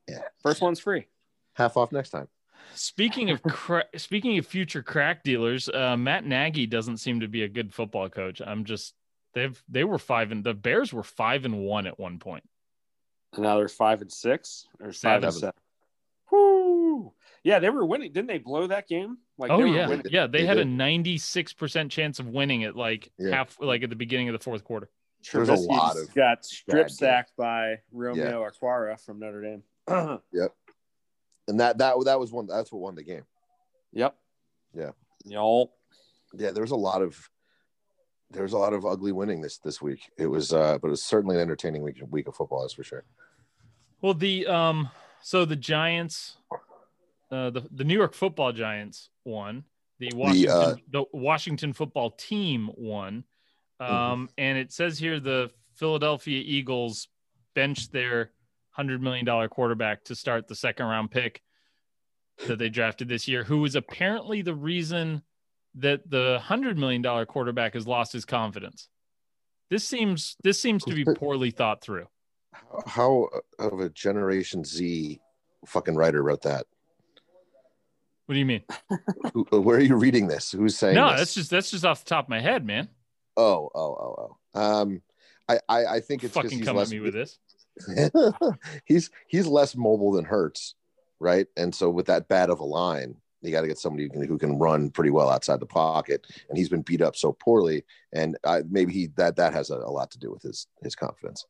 Speaker 3: it.
Speaker 6: First one's free.
Speaker 5: Half off next time.
Speaker 3: Speaking of cra- speaking of future crack dealers, uh, Matt Nagy doesn't seem to be a good football coach. I'm just they've they were five and the Bears were five and one at one point.
Speaker 6: And now they're five and six or five
Speaker 3: Seven.
Speaker 6: and seven. Woo! Yeah, they were winning. Didn't they blow that game? Like,
Speaker 3: oh
Speaker 6: they were
Speaker 3: yeah,
Speaker 6: winning.
Speaker 3: yeah. They,
Speaker 5: They
Speaker 3: had a
Speaker 5: did.
Speaker 3: ninety six percent chance of winning at like
Speaker 5: Yeah.
Speaker 3: half, like at the beginning of the fourth quarter.
Speaker 5: There's a
Speaker 6: Trubisky
Speaker 5: lot of
Speaker 6: got strip
Speaker 5: bad games.
Speaker 6: sacked by Romeo Aquara from Notre Dame.
Speaker 5: and that that that was one that's what won the game.
Speaker 6: yep.
Speaker 5: Yeah.
Speaker 6: Y'all.
Speaker 5: Yeah, there was a lot of there was a lot of ugly winning this this week. It was uh but it was certainly an entertaining week week of football, that's for sure.
Speaker 3: Well, the um, so the Giants, uh, the the New York Football Giants won. The Washington, the,
Speaker 5: uh,
Speaker 3: Washington Football Team won. Um, and it says here the Philadelphia Eagles benched their hundred million dollar quarterback to start the second round pick that they drafted this year, who was apparently the reason that the hundred million dollar quarterback has lost his confidence. This seems this seems to be poorly thought through.
Speaker 5: How of a generation Z fucking writer wrote that?
Speaker 3: What do you mean?
Speaker 5: Who, uh, where are you reading this? Who's saying
Speaker 3: No,
Speaker 5: this?
Speaker 3: that's just that's just off the top of my head, man.
Speaker 5: oh oh oh oh. Um I I, I think it's because
Speaker 3: Fucking
Speaker 5: he's
Speaker 3: come at
Speaker 5: less
Speaker 3: me with this.
Speaker 5: he's he's less mobile than Hertz. right? And so with that bad of a line, you got to get somebody who can, who can run pretty well outside the pocket. And he's been beat up so poorly, and I, maybe he that that has a, a lot to do with his his confidence,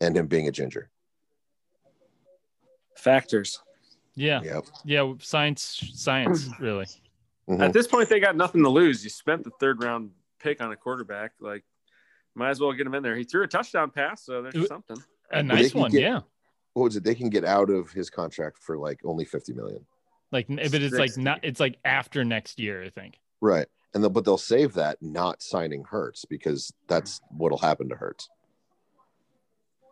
Speaker 5: and him being a ginger.
Speaker 6: Factors.
Speaker 3: Yeah.
Speaker 5: Yeah,
Speaker 3: Yeah. Science, science, really.
Speaker 5: Mhm.
Speaker 6: At this point, they got nothing to lose. You spent the third round pick on a quarterback. Like, might as well get him in there. He threw a touchdown pass, so there's
Speaker 3: It-
Speaker 6: something.
Speaker 3: A
Speaker 5: they
Speaker 3: nice
Speaker 5: can
Speaker 3: one.
Speaker 5: get-
Speaker 3: yeah.
Speaker 5: What was it? They can get out of his contract for like only fifty million,
Speaker 3: Like, n- but it's like not, it's like after next year, I think.
Speaker 5: right? And they'll, but they'll save that not signing Hurts because that's what'll happen to Hurts.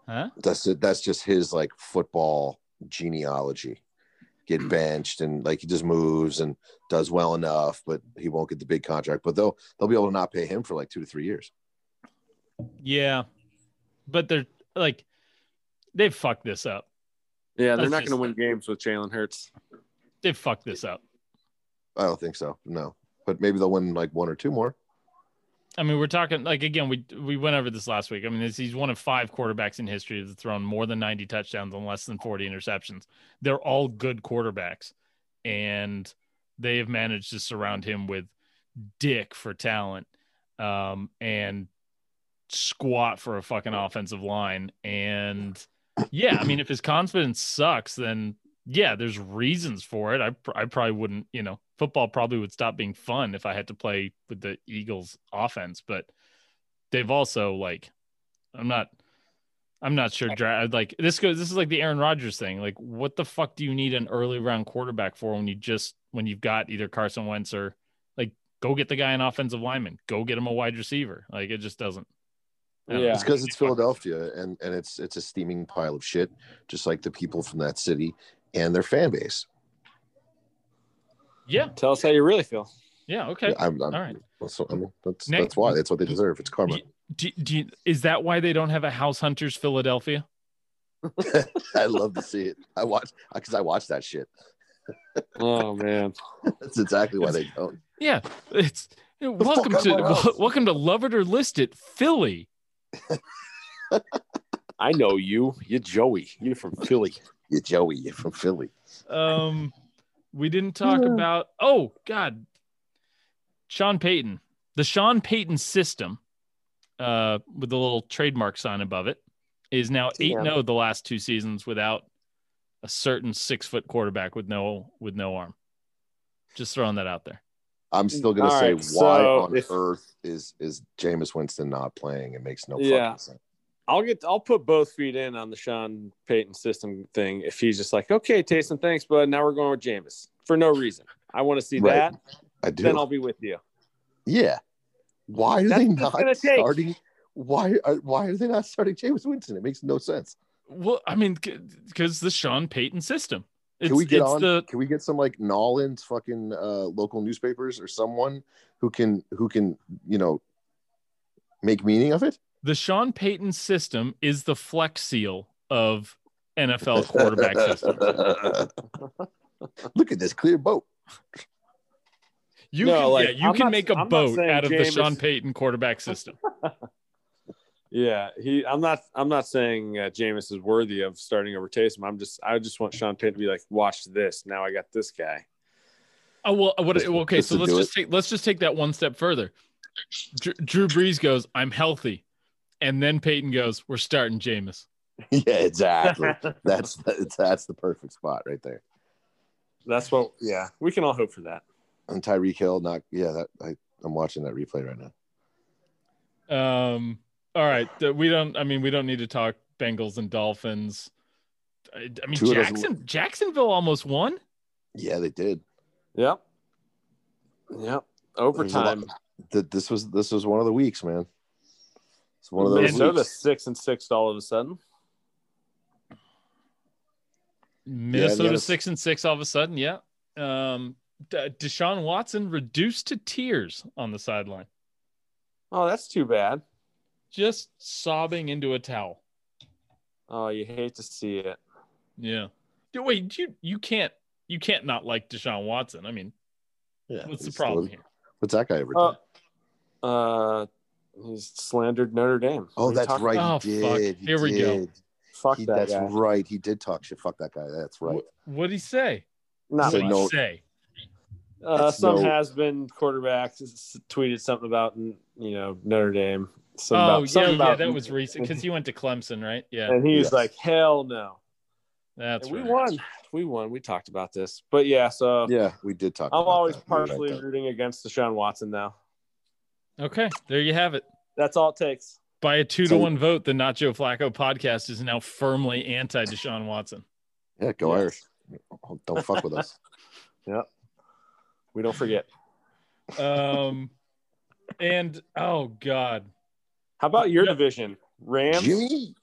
Speaker 3: Huh?
Speaker 5: that's it. That's just his like football genealogy. Get benched and like he just moves and does well enough, but he won't get the big contract. But they'll they'll be able to not pay him for like two to three years.
Speaker 3: Yeah. But they're like, they've fucked this up.
Speaker 6: Yeah, they're
Speaker 3: That's
Speaker 6: not
Speaker 3: just-
Speaker 6: going to win games with Jalen Hurts.
Speaker 3: They've fucked this up.
Speaker 5: I don't think so. No, but maybe they'll win like one or two more.
Speaker 3: I mean, we're talking like again. We we went over this last week. I mean, this, he's one of five quarterbacks in history that's thrown more than ninety touchdowns and less than forty interceptions. They're all good quarterbacks, and they have managed to surround him with dick for talent, um, and squat for a fucking offensive line. And yeah, I mean, if his confidence sucks, then yeah, there's reasons for it. I pr- I probably wouldn't, you know, football probably would stop being fun if I had to play with the Eagles offense, but they've also like I'm not I'm not sure dra- like this goes this is like the Aaron Rodgers thing. Like what the fuck do you need an early round quarterback for when you just when you've got either Carson Wentz or like go get the guy an offensive lineman, go get him a wide receiver. Like it just doesn't I don't know.
Speaker 6: Yeah.
Speaker 5: It's because it's Philadelphia and and it's it's a steaming pile of shit, just like the people from that city and their fan base.
Speaker 3: Yeah.
Speaker 6: Tell us how you really feel.
Speaker 3: Yeah, okay.
Speaker 5: I'm, I'm,
Speaker 3: All right.
Speaker 5: That's, I mean, that's,
Speaker 3: Next-
Speaker 5: that's why. That's what they deserve. It's karma.
Speaker 3: Do, do you, is that why they don't have a House Hunters Philadelphia?
Speaker 5: I love to see it. I watch because I watch that shit.
Speaker 6: Oh man,
Speaker 5: That's exactly why they don't.
Speaker 3: Yeah, it's welcome
Speaker 5: fuck
Speaker 3: to
Speaker 5: everyone else?
Speaker 3: welcome to Love It or List It, Philly.
Speaker 6: I know you. You're Joey. You're from Philly.
Speaker 5: You Joey, you're from Philly.
Speaker 3: Um, we didn't talk about. Oh God, Sean Payton, the Sean Payton system, uh, with the little trademark sign above it, is now eight
Speaker 6: Damn.
Speaker 3: zero the last two seasons without a certain six foot quarterback with no with no arm. Just throwing that out there.
Speaker 5: I'm still gonna
Speaker 6: All
Speaker 5: say
Speaker 6: right,
Speaker 5: why
Speaker 6: so
Speaker 5: on
Speaker 6: if-
Speaker 5: earth is is Jameis Winston not playing? It makes no
Speaker 6: Yeah.
Speaker 5: fucking sense.
Speaker 6: I'll get. I'll put both feet in on the Sean Payton system thing. If he's just like, okay, Taysom, thanks, but now we're going with Jameis for no reason. I want to see
Speaker 5: Right.
Speaker 6: that.
Speaker 5: I do.
Speaker 6: Then I'll be with you.
Speaker 5: yeah. Why are
Speaker 6: That's
Speaker 5: they
Speaker 6: what it's
Speaker 5: not
Speaker 6: gonna take.
Speaker 5: starting? Why are why are they not starting Jameis Winston? It makes no sense.
Speaker 3: Well, I mean, because the Sean Payton system. It's,
Speaker 5: Can we get
Speaker 3: it's
Speaker 5: on?
Speaker 3: the
Speaker 5: Can we get some like Nolan's fucking uh, local newspapers or someone who can who can you know make meaning of it?
Speaker 3: the Sean Payton system is the flex seal of NFL quarterback system.
Speaker 5: Look at this clear boat.
Speaker 3: You
Speaker 6: No,
Speaker 3: can,
Speaker 6: like,
Speaker 3: yeah, you
Speaker 6: I'm
Speaker 3: can
Speaker 6: not-
Speaker 3: make a
Speaker 6: I'm not
Speaker 3: boat
Speaker 6: saying
Speaker 3: out of the
Speaker 6: Jameis-
Speaker 3: Sean Payton quarterback system.
Speaker 6: Yeah, he. I'm not. I'm not saying uh, Jameis is worthy of starting over Taysom. I'm just. I just want Sean Payton to be like, watch this. Now I got this guy.
Speaker 3: Oh well, what?
Speaker 5: Just-
Speaker 3: Okay,
Speaker 5: just
Speaker 3: so
Speaker 5: to
Speaker 3: let's
Speaker 5: do
Speaker 3: just take let's just take that one step further. Drew, Drew Brees goes, "I'm healthy," and then Payton goes, "We're starting Jameis."
Speaker 5: yeah, exactly. that's that's the perfect spot right there.
Speaker 6: That's what. Yeah, we can all hope for that.
Speaker 5: and Tyreek Hill not yeah that I, I'm watching that replay right now.
Speaker 3: Um. All right, th- we don't. I mean, we don't need to talk Bengals and Dolphins. I, I mean,
Speaker 5: Two of those-
Speaker 3: Jackson Jacksonville almost won.
Speaker 5: Yeah, they did.
Speaker 6: Yep. Yep.
Speaker 5: There's a lot-
Speaker 6: Overtime.
Speaker 5: Th- this was this was one of the weeks, man. It's one of those
Speaker 6: Minnesota
Speaker 5: weeks.
Speaker 6: six and six all of a sudden.
Speaker 3: Minnesota
Speaker 5: other-
Speaker 3: six and six all of a sudden. Yeah. Um, D- Deshaun Watson reduced to tears on the sideline,
Speaker 6: Oh, that's too bad.
Speaker 3: just sobbing into a towel.
Speaker 6: Oh, you hate to see it.
Speaker 3: Yeah. Dude, wait, you you can't you can't not like Deshaun Watson. I mean,
Speaker 5: Yeah,
Speaker 3: what's the
Speaker 5: he's
Speaker 3: problem
Speaker 5: still-
Speaker 3: here?
Speaker 5: What's that guy ever
Speaker 6: Uh,
Speaker 5: done?
Speaker 6: uh, he's slandered Notre Dame.
Speaker 5: oh,
Speaker 6: What are you
Speaker 5: that's
Speaker 6: talking
Speaker 5: right.
Speaker 3: Oh,
Speaker 5: he
Speaker 3: fuck.
Speaker 5: did. he
Speaker 3: Here we go.
Speaker 5: did.
Speaker 6: Fuck
Speaker 5: He-
Speaker 6: that
Speaker 5: that's
Speaker 6: guy.
Speaker 5: right. He did talk shit. Fuck that guy. That's right.
Speaker 3: What did he say?
Speaker 6: Not
Speaker 5: So
Speaker 6: much.
Speaker 5: no-
Speaker 8: What'd you say?
Speaker 6: Uh,
Speaker 5: That's
Speaker 6: some
Speaker 5: no-
Speaker 6: has been quarterbacks s- tweeted something about you know Notre Dame. Some
Speaker 3: oh,
Speaker 6: about,
Speaker 3: yeah,
Speaker 6: something
Speaker 3: yeah,
Speaker 6: about-
Speaker 3: that was recent because he went to Clemson, right? Yeah,
Speaker 6: And he was
Speaker 5: Yes.
Speaker 6: like, "Hell no!"
Speaker 3: that's
Speaker 6: And we
Speaker 3: right.
Speaker 6: won. We won. We talked about this, but yeah. So
Speaker 5: Yeah, we did talk.
Speaker 6: I'm
Speaker 5: about
Speaker 6: always
Speaker 5: that. We went
Speaker 6: partially
Speaker 5: back
Speaker 6: rooting against Deshaun Watson now.
Speaker 3: Okay, there you have it.
Speaker 6: That's all it takes.
Speaker 3: By a two to
Speaker 5: So-
Speaker 3: one vote, the Not Joe Flacco podcast is now firmly anti Deshaun Watson.
Speaker 5: there. Yeah, go
Speaker 6: Yes.
Speaker 5: Irish. Oh, Don't fuck with us.
Speaker 6: We don't forget.
Speaker 3: Um, and oh god,
Speaker 6: How about your
Speaker 3: Yeah.
Speaker 6: division? Rams,
Speaker 5: Jimmy,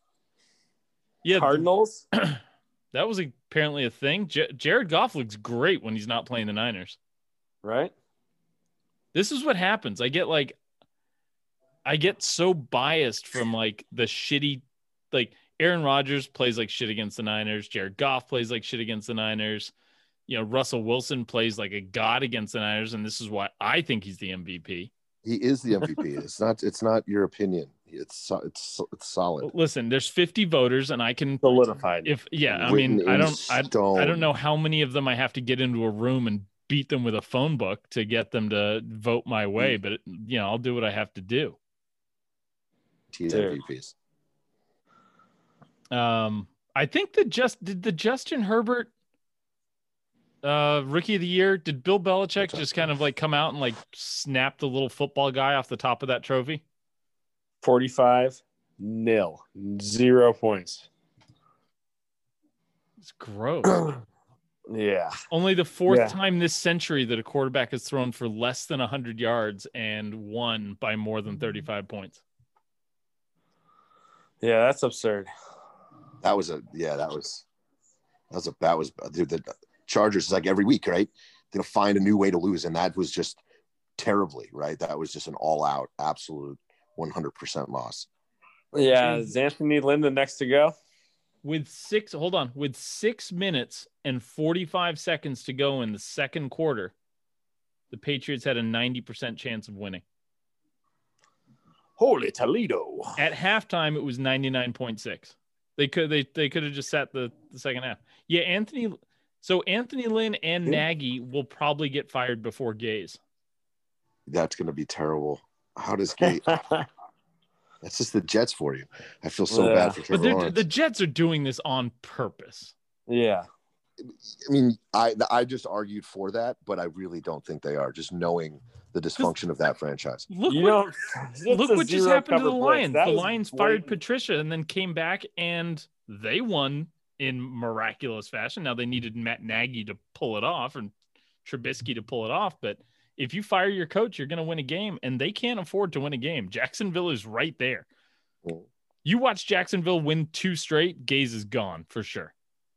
Speaker 3: yeah,
Speaker 6: Cardinals.
Speaker 3: that was apparently a thing. J- Jared Goff looks great when he's not playing the Niners.
Speaker 6: Right?
Speaker 3: this is what happens. I get like, I get so biased from like the shitty, like Aaron Rodgers plays like shit against the Niners. Jared Goff plays like shit against the Niners. You know, Russell Wilson plays like a god against the Niners, and this is why I think he's the MVP.
Speaker 5: he is the MVP. it's not. It's not your opinion. It's so- it's so- it's solid.
Speaker 3: Listen, there's 50 voters, and I can
Speaker 6: Solidified.
Speaker 3: if yeah. I mean,
Speaker 5: Written
Speaker 3: I
Speaker 5: in
Speaker 3: don't, I, I
Speaker 5: stone.
Speaker 3: don't know how many of them I have to get into a room and beat them with a phone book to get them to vote my way, but you know, I'll do what I have to do.
Speaker 5: He's
Speaker 6: Dude.
Speaker 5: MVPs.
Speaker 3: Um, I think that just did the Justin Herbert uh rookie of the year. Did Bill Belichick just kind of like come out and like snap the little football guy off the top of that trophy?
Speaker 6: 45 nil. Zero points.
Speaker 3: It's gross.
Speaker 6: yeah.
Speaker 3: Only the fourth
Speaker 6: Yeah.
Speaker 3: time this century that a quarterback has thrown for less than 100 yards and won by more than 35 points.
Speaker 6: Yeah, that's absurd.
Speaker 5: That was a yeah. That was that was a that was dude. The Chargers is like every week, right? They're gonna find a new way to lose, and that was just terribly right. That was just an all out, absolute, one hundred percent loss.
Speaker 6: Yeah. Is Anthony Linden next to go?
Speaker 3: With six, hold on, with six minutes and 45 seconds to go in the second quarter, the Patriots had a 90% chance of winning.
Speaker 6: Holy Toledo.
Speaker 3: At halftime, it was ninety nine point six. They could they they could have just sat the, the second half. Yeah, Anthony. So Anthony Lynn and
Speaker 6: Yeah.
Speaker 3: Nagy will probably get fired before Gaze.
Speaker 5: That's gonna be terrible. How does Gate? that's just the Jets for you. I feel so
Speaker 6: Yeah.
Speaker 5: bad for
Speaker 3: But
Speaker 5: Trevor
Speaker 3: they're-
Speaker 5: Lawrence.
Speaker 3: the Jets are doing this on purpose.
Speaker 6: yeah.
Speaker 5: I mean, I I just argued for that, but I really don't think they are. Just knowing the dysfunction of that franchise.
Speaker 3: Look
Speaker 6: you
Speaker 3: what,
Speaker 6: don't. that's
Speaker 3: look
Speaker 6: a
Speaker 3: what just
Speaker 6: zero
Speaker 3: happened to the
Speaker 6: cover blitz.
Speaker 3: Lions.
Speaker 6: That
Speaker 3: The
Speaker 6: was
Speaker 3: Lions
Speaker 6: blatant.
Speaker 3: fired Patricia and then came back and they won in miraculous fashion. Now they needed Matt Nagy to pull it off and Trubisky to pull it off, but if you fire your coach, you're going to win a game, and they can't afford to win a game. Jacksonville is right there.
Speaker 5: Uh,
Speaker 3: You watch Jacksonville win two straight, Gaze is gone for sure.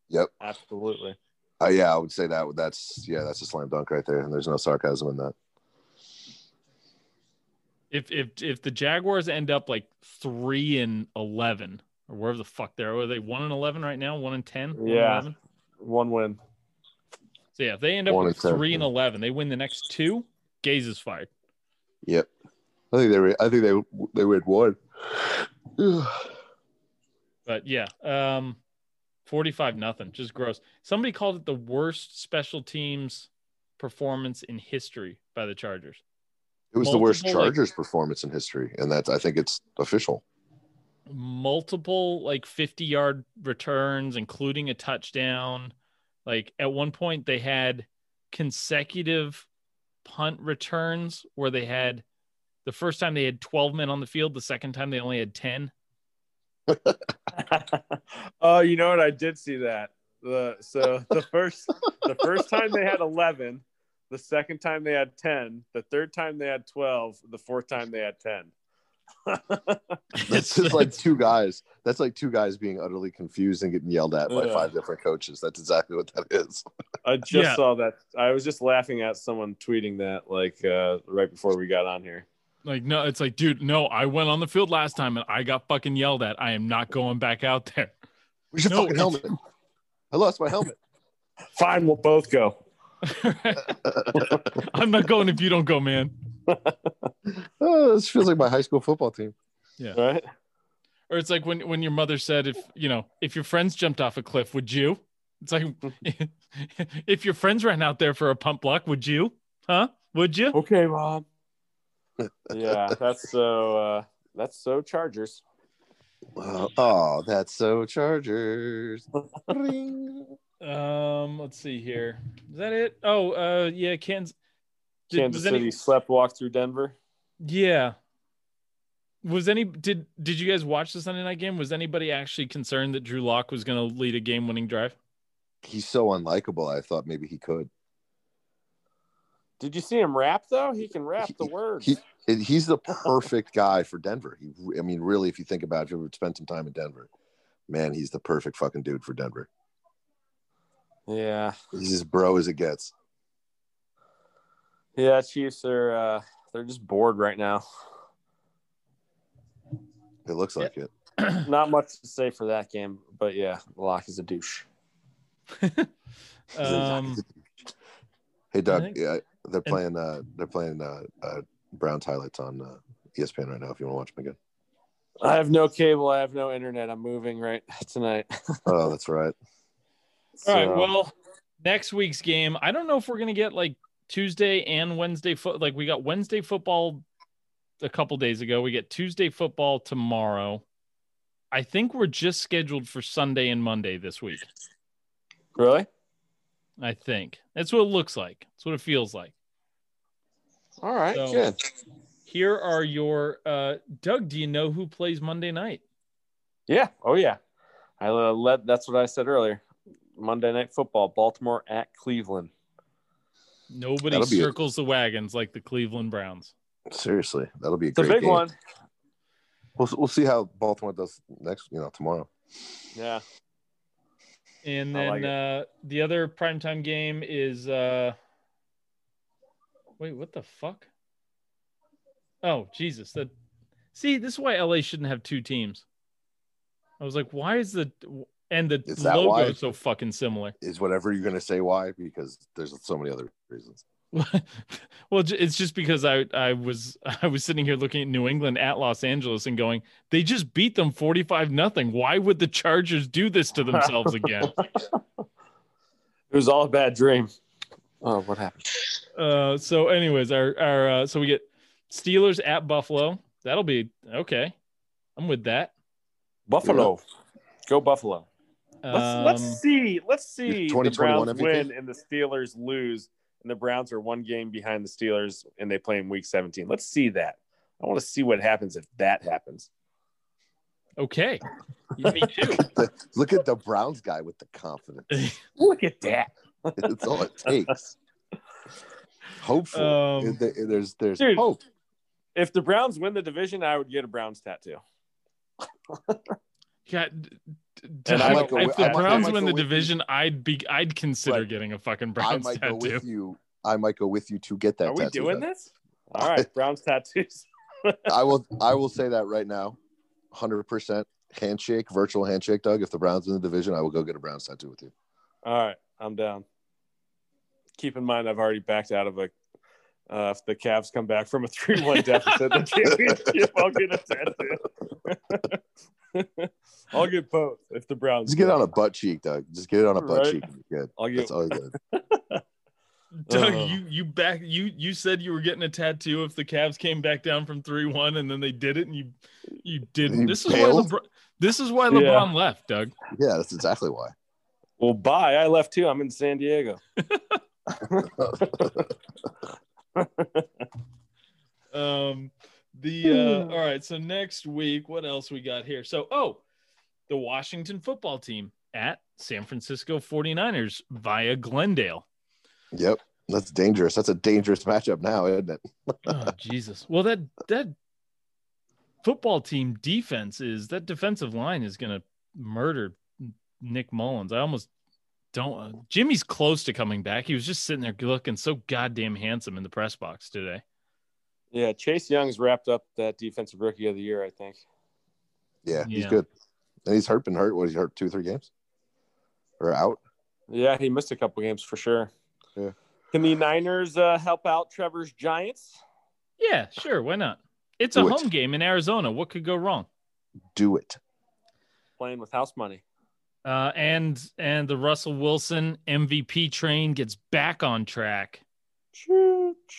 Speaker 5: Yep.
Speaker 6: Absolutely.
Speaker 5: Uh, yeah, I would say that. That's yeah, that's a slam dunk right there, and there's no sarcasm in that.
Speaker 3: If if if the Jaguars end up like three and eleven or wherever the fuck they are, are they one and eleven right now? One and ten? One and
Speaker 6: Yeah.
Speaker 3: 11?
Speaker 6: One win.
Speaker 3: So yeah, if they end up
Speaker 5: One
Speaker 3: with
Speaker 5: and ten,
Speaker 3: three and
Speaker 5: yeah.
Speaker 3: eleven, they win the next two. Gaze is fired.
Speaker 5: Yep. I think they were. I think they they would one.
Speaker 3: But yeah, um, forty-five nothing, just gross. Somebody called it the worst special teams performance in history by the Chargers.
Speaker 5: It was the worst
Speaker 3: Multiple, like-
Speaker 5: Chargers performance in history, and that's I think it's official.
Speaker 3: multiple like 50 yard returns, including a touchdown. Like at one point, they had consecutive punt returns where they had the first time they had 12 men on the field, the second time they only had 10.
Speaker 6: oh, you know what? I did see that. The so the first the first time they had eleven, the second time they had ten, the third time they had twelve, the fourth time they had ten.
Speaker 5: That's just like two guys. That's like two guys being utterly confused and getting yelled at by
Speaker 6: Yeah.
Speaker 5: five different coaches. That's exactly what that is.
Speaker 6: I just
Speaker 3: Yeah.
Speaker 6: saw that. I was just laughing at someone tweeting that like uh, right before we got on here.
Speaker 3: Like, no, it's like, dude, no, I went on the field last time and I got fucking yelled at. I am not going back out there.
Speaker 5: Where's your
Speaker 3: No,
Speaker 5: fucking
Speaker 3: it's-
Speaker 5: helmet? I lost my helmet.
Speaker 6: Fine, we'll both go.
Speaker 3: I'm not going if you don't go, man.
Speaker 5: Oh, this feels like my high school football team.
Speaker 6: All right.
Speaker 3: Or it's like when when your mother said, if you know, if your friends jumped off a cliff, would you? It's like if your friends ran out there for a pump block, would you? Huh? Would you?
Speaker 6: Okay, Mom. yeah, that's so. Uh, that's so Chargers.
Speaker 5: Wow. Oh, that's so Chargers. Ring.
Speaker 3: Um, let's see here. Is that it? Oh, uh, yeah, Kansas. did-
Speaker 6: Kansas
Speaker 3: was any-
Speaker 6: City slept walk through Denver.
Speaker 3: Yeah. Was any did did you guys watch the Sunday night game? Was anybody actually concerned that Drew Lock was going to lead a game winning drive?
Speaker 5: He's so unlikable. I thought maybe he could.
Speaker 6: Did you see him rap though? He can rap the words.
Speaker 5: He and he's the perfect guy for Denver. He, I mean, really, if you think about it, if you ever spent some time in Denver, man, he's the perfect fucking dude for Denver.
Speaker 6: yeah,
Speaker 5: He's as bro as it gets.
Speaker 6: yeah. Chiefs are uh, they're just bored right now.
Speaker 5: It looks like it.
Speaker 6: Not much to say for that game, but yeah, Locke is a douche.
Speaker 3: Um,
Speaker 5: hey, Doug.
Speaker 3: think-
Speaker 5: yeah, they're playing. Uh, they're playing uh, uh, Browns highlights on uh, ESPN right now. If you want to watch them again.
Speaker 6: I have no cable. I have no internet. I'm moving right tonight.
Speaker 5: Oh, that's right.
Speaker 3: all right.
Speaker 6: So-
Speaker 3: Well, next week's game, I don't know if we're going to get like Tuesday and Wednesday foot. Like we got Wednesday football a couple days ago. We get Tuesday football tomorrow. I think we're just scheduled for Sunday and Monday this week.
Speaker 6: really?
Speaker 3: I think that's what it looks like. That's what it feels like.
Speaker 6: All right,
Speaker 3: So-
Speaker 6: good.
Speaker 3: Here are your uh, Doug. Do you know who plays Monday night?
Speaker 6: Yeah. Oh yeah. I uh, led. That's what I said earlier. Monday Night Football, Baltimore at Cleveland.
Speaker 3: Nobody
Speaker 5: That'll be it.
Speaker 3: circles the wagons like the Cleveland Browns.
Speaker 5: Seriously, that'll be a
Speaker 6: It's a
Speaker 5: great
Speaker 6: big
Speaker 5: game.
Speaker 6: one.
Speaker 5: We'll, we'll see how Baltimore does next. You know, tomorrow.
Speaker 6: Yeah.
Speaker 3: And
Speaker 6: I
Speaker 3: then
Speaker 6: like it.
Speaker 3: uh, the other primetime game is uh, wait, what the fuck? Oh Jesus! That see, this is why LA shouldn't have two teams. I was like, why is the and the
Speaker 5: It's that
Speaker 3: logo
Speaker 5: wide.
Speaker 3: so fucking similar?
Speaker 5: Is whatever you're going to say why? Because there's so many other reasons.
Speaker 3: well, ju- it's just because I I was I was sitting here looking at New England at Los Angeles and going, they just beat them forty five nothing. Why would the Chargers do this to themselves again?
Speaker 6: It was all a bad dream. Oh, what happened?
Speaker 3: uh, so, anyways, our our uh, so we get Steelers at Buffalo. That'll be okay. I'm with that.
Speaker 6: Buffalo. Go Buffalo. Let's,
Speaker 3: Um,
Speaker 6: let's see. Let's see. The
Speaker 5: 2021
Speaker 6: Browns
Speaker 5: MVP?
Speaker 6: win and the Steelers lose, and the Browns are one game behind the Steelers, and they play in Week 17. Let's see that. I want to see what happens if that happens.
Speaker 3: Okay. Me too.
Speaker 5: Look at the Browns guy with the confidence.
Speaker 6: Look at that,
Speaker 5: It's all it takes. Hopefully,
Speaker 3: Um,
Speaker 5: There- there's there's
Speaker 6: Dude.
Speaker 5: hope.
Speaker 6: If the Browns win the division, I would get a Browns tattoo.
Speaker 3: Yeah, d- d-
Speaker 6: And I
Speaker 3: I-
Speaker 6: might go
Speaker 3: if
Speaker 6: with-
Speaker 3: the
Speaker 6: I might- I
Speaker 3: Browns
Speaker 5: might
Speaker 3: win
Speaker 5: go
Speaker 3: the
Speaker 5: with you.
Speaker 3: division, I'd be I'd consider
Speaker 5: Right.
Speaker 3: getting a fucking
Speaker 5: I
Speaker 3: Browns
Speaker 5: might
Speaker 3: tattoo.
Speaker 5: go with you. I might go with you to get that.
Speaker 6: Are we
Speaker 5: tattoo
Speaker 6: doing
Speaker 5: done.
Speaker 6: this? All right, Browns tattoos.
Speaker 5: I will. I will say that right now, hundred percent handshake, virtual handshake, Doug. If the Browns win the division, I will go get a Browns tattoo with you.
Speaker 6: All right, I'm down. Keep in mind, I've already backed out of a. Uh, if the Cavs come back from a three-one deficit, the championship, I'll get a tattoo. I'll get both if the Browns
Speaker 5: Just get it
Speaker 6: win.
Speaker 5: on a butt cheek, Doug. Just get it on a butt
Speaker 6: Right.
Speaker 5: cheek. and you're Good.
Speaker 6: I'll get
Speaker 5: That's all you good.
Speaker 3: Doug,
Speaker 6: Ugh.
Speaker 3: you you back you you said you were getting a tattoo if the Cavs came back down from three one, and then they did it, and you you didn't.
Speaker 5: You
Speaker 3: this is why
Speaker 5: bailed?
Speaker 3: LeBron, this is why
Speaker 6: Yeah.
Speaker 3: LeBron left, Doug.
Speaker 5: Yeah, that's exactly why.
Speaker 6: Well, bye. I left too. I'm in San Diego.
Speaker 3: Um, the uh, all right. So next week, what else we got here? So oh, the Washington football team at San Francisco 49ers via Glendale.
Speaker 5: Yep, that's dangerous. That's a dangerous matchup now, isn't it?
Speaker 3: oh Jesus! Well, that that football team defense is that defensive line is going to murder Nick Mullins. I almost don't. uh, Jimmy's close to coming back. He was just sitting there looking so goddamn handsome in the press box today.
Speaker 6: Yeah, Chase Young's wrapped up that defensive rookie of the year, I think.
Speaker 5: Yeah, he's
Speaker 3: Yeah.
Speaker 5: good, and he's hurt. Been hurt. What? He hurt two, three games, or out.
Speaker 6: Yeah, he missed a couple games for sure.
Speaker 5: Yeah.
Speaker 6: Can the Niners uh, help out Trevor's Giants?
Speaker 3: Yeah, sure. Why not? It's a
Speaker 5: Do it.
Speaker 3: home game in Arizona. What could go wrong?
Speaker 5: do it.
Speaker 6: playing with house money.
Speaker 3: Uh, and and the Russell Wilson MVP train gets back on track,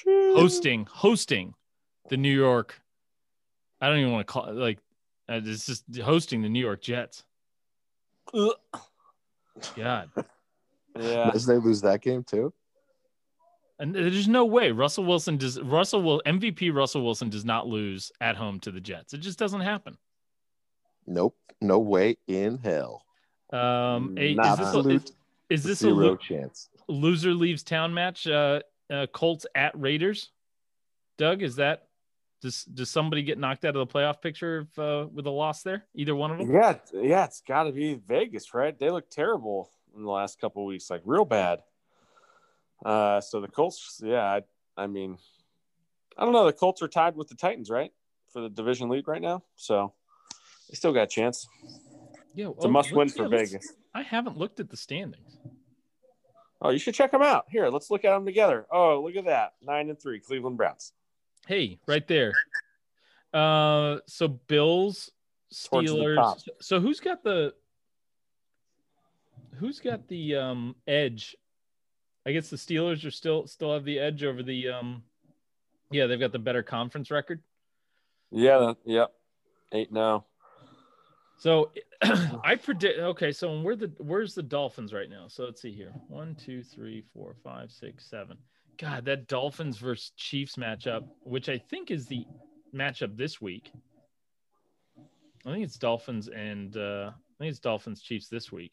Speaker 3: hosting hosting the New York. I don't even want to call it like uh, it's just hosting the New York Jets.
Speaker 6: Ugh.
Speaker 3: God,
Speaker 6: Yeah.
Speaker 5: Does they lose that game too?
Speaker 3: and there's no way Russell Wilson does. Russell will MVP Russell Wilson does not lose at home to the Jets. It just doesn't happen.
Speaker 5: Nope. No way in hell.
Speaker 3: Um, hey,
Speaker 5: Not
Speaker 3: is this a,
Speaker 5: absolute
Speaker 3: is, is this a
Speaker 5: zero
Speaker 3: lo-
Speaker 5: chance.
Speaker 3: loser leaves town match? Uh, uh, Colts at Raiders. Doug, is that does does somebody get knocked out of the playoff picture if, uh, with a loss there? Either one of them?
Speaker 6: Yeah, it's- yeah, it's got to be Vegas, right? They look terrible in the last couple of weeks, like real bad. Uh, so the Colts, yeah, I, I mean, I don't know. The Colts are tied with the Titans, right, for the division lead right now. So they still got a chance.
Speaker 3: Yeah,
Speaker 6: It's a must-win for Vegas.
Speaker 3: I haven't looked at the standings.
Speaker 6: Oh, you should check them out. Here, let's look at them together. Oh, look at that, nine and three, Cleveland Browns.
Speaker 3: Hey, right there. Uh, so Bills,
Speaker 6: Towards the top.
Speaker 3: Steelers. So who's got the who's got the um edge? I guess the Steelers are still still have the edge over the um. Yeah, they've got the better conference record.
Speaker 6: Yeah, that, yep, eight oh. now.
Speaker 3: So I predict. Okay, so where the where's the Dolphins right now? So let's see here. One, two, three, four, five, six, seven. God, that Dolphins versus Chiefs matchup, which I think is the matchup this week. I think it's Dolphins and uh, I think it's Dolphins Chiefs this week.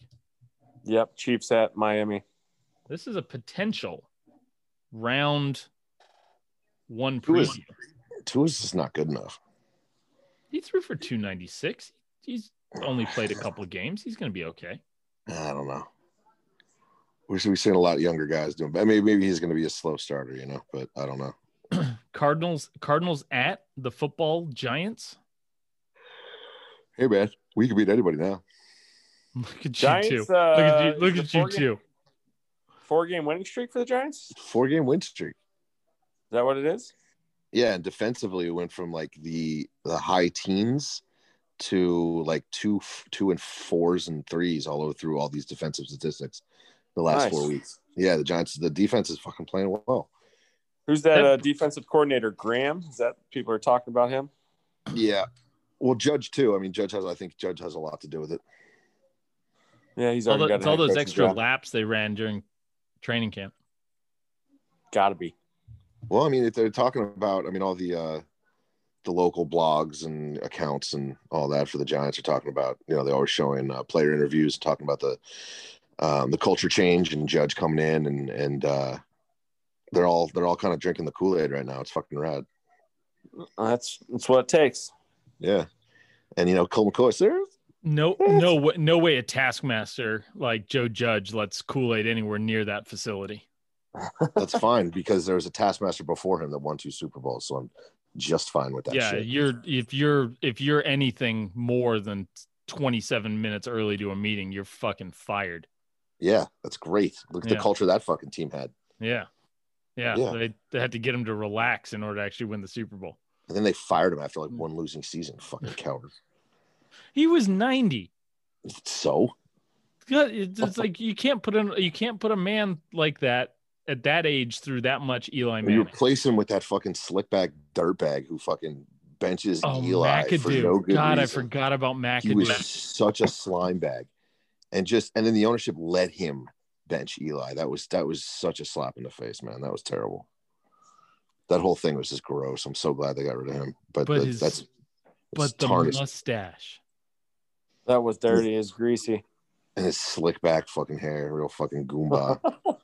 Speaker 6: Yep, Chiefs at Miami.
Speaker 3: This is a potential round one
Speaker 5: Who is-
Speaker 3: preview.
Speaker 5: Tua's just not good enough.
Speaker 3: He threw for two ninety six. He's only played a couple games. He's going to be okay.
Speaker 5: I don't know. We've we've seen a lot of younger guys doing, but maybe maybe he's going to be a slow starter, you know. But I don't know.
Speaker 3: Cardinals Cardinals at the football Giants.
Speaker 5: Hey man, we can beat anybody now.
Speaker 3: Look at
Speaker 6: Giants,
Speaker 3: you too.
Speaker 6: uh,
Speaker 3: look at you.
Speaker 6: is
Speaker 3: Look
Speaker 6: the
Speaker 3: at you
Speaker 6: four game-
Speaker 3: too.
Speaker 6: Four game winning streak for the Giants. Is
Speaker 5: Four game win streak.
Speaker 6: that what it is?
Speaker 5: Yeah, and defensively, it went from like the the high teens to like two two and fours and threes all over through all these defensive statistics the last
Speaker 6: Nice.
Speaker 5: four weeks. Yeah, the Giants, the defense is fucking playing well.
Speaker 6: Who's that
Speaker 3: That-
Speaker 6: uh, defensive coordinator? Graham? Is that people are talking about him?
Speaker 5: Yeah. Well, Judge too. I mean, Judge has. I think Judge has a lot to do with it.
Speaker 6: Yeah, he's
Speaker 3: All
Speaker 6: already
Speaker 3: the,
Speaker 6: got
Speaker 3: it's all those extra
Speaker 6: Job.
Speaker 3: laps they ran during training camp.
Speaker 6: Gotta be.
Speaker 5: Well, I mean, if they're talking about, I mean, all the uh the local blogs and accounts and all that for the Giants are talking about. You know, they're always showing uh, player interviews, talking about the um, the culture change and Judge coming in, and and uh, they're all they're all kind of drinking the Kool Aid right now. It's fucking rad.
Speaker 6: Uh, That's that's what it takes.
Speaker 5: Yeah, and you know, Cole McCoy, sir.
Speaker 3: No, no, wa- no way a taskmaster like Joe Judge lets Kool Aid anywhere near that facility.
Speaker 5: That's fine because there was a taskmaster before him that won two Super Bowls, so I'm just fine with that.
Speaker 3: yeah,
Speaker 5: shit.
Speaker 3: you're if you're if you're anything more than twenty seven minutes early to a meeting, you're fucking fired.
Speaker 5: yeah, that's great. Look at
Speaker 3: Yeah.
Speaker 5: the culture that fucking team had.
Speaker 3: Yeah, yeah.
Speaker 5: Yeah.
Speaker 3: They, they had to get him to relax in order to actually win the Super Bowl.
Speaker 5: And then they fired him after
Speaker 3: Mm.
Speaker 5: like one losing season. Fucking coward.
Speaker 3: He was ninety.
Speaker 5: So
Speaker 3: Yeah, it's, it's like you can't put in you can't put a man like that at that age through that much Eli
Speaker 5: you
Speaker 3: Manning.
Speaker 5: replace him with that fucking slickback dirtbag who fucking benches
Speaker 3: Oh,
Speaker 5: Eli for
Speaker 3: McAdoo!
Speaker 5: no good
Speaker 3: God, I
Speaker 5: reason.
Speaker 3: forgot about
Speaker 5: He
Speaker 3: McAdoo.
Speaker 5: was such a slime bag, and just and then the ownership let him bench Eli. That was that was such a slap in the face, man. That was terrible. That whole thing was just gross. I'm so glad they got rid of him, but,
Speaker 3: But
Speaker 5: that-
Speaker 3: his-
Speaker 5: that's it's
Speaker 3: but the
Speaker 5: tarnished.
Speaker 3: mustache.
Speaker 6: That was dirty. Is greasy.
Speaker 5: and his slick back fucking hair, real fucking goomba.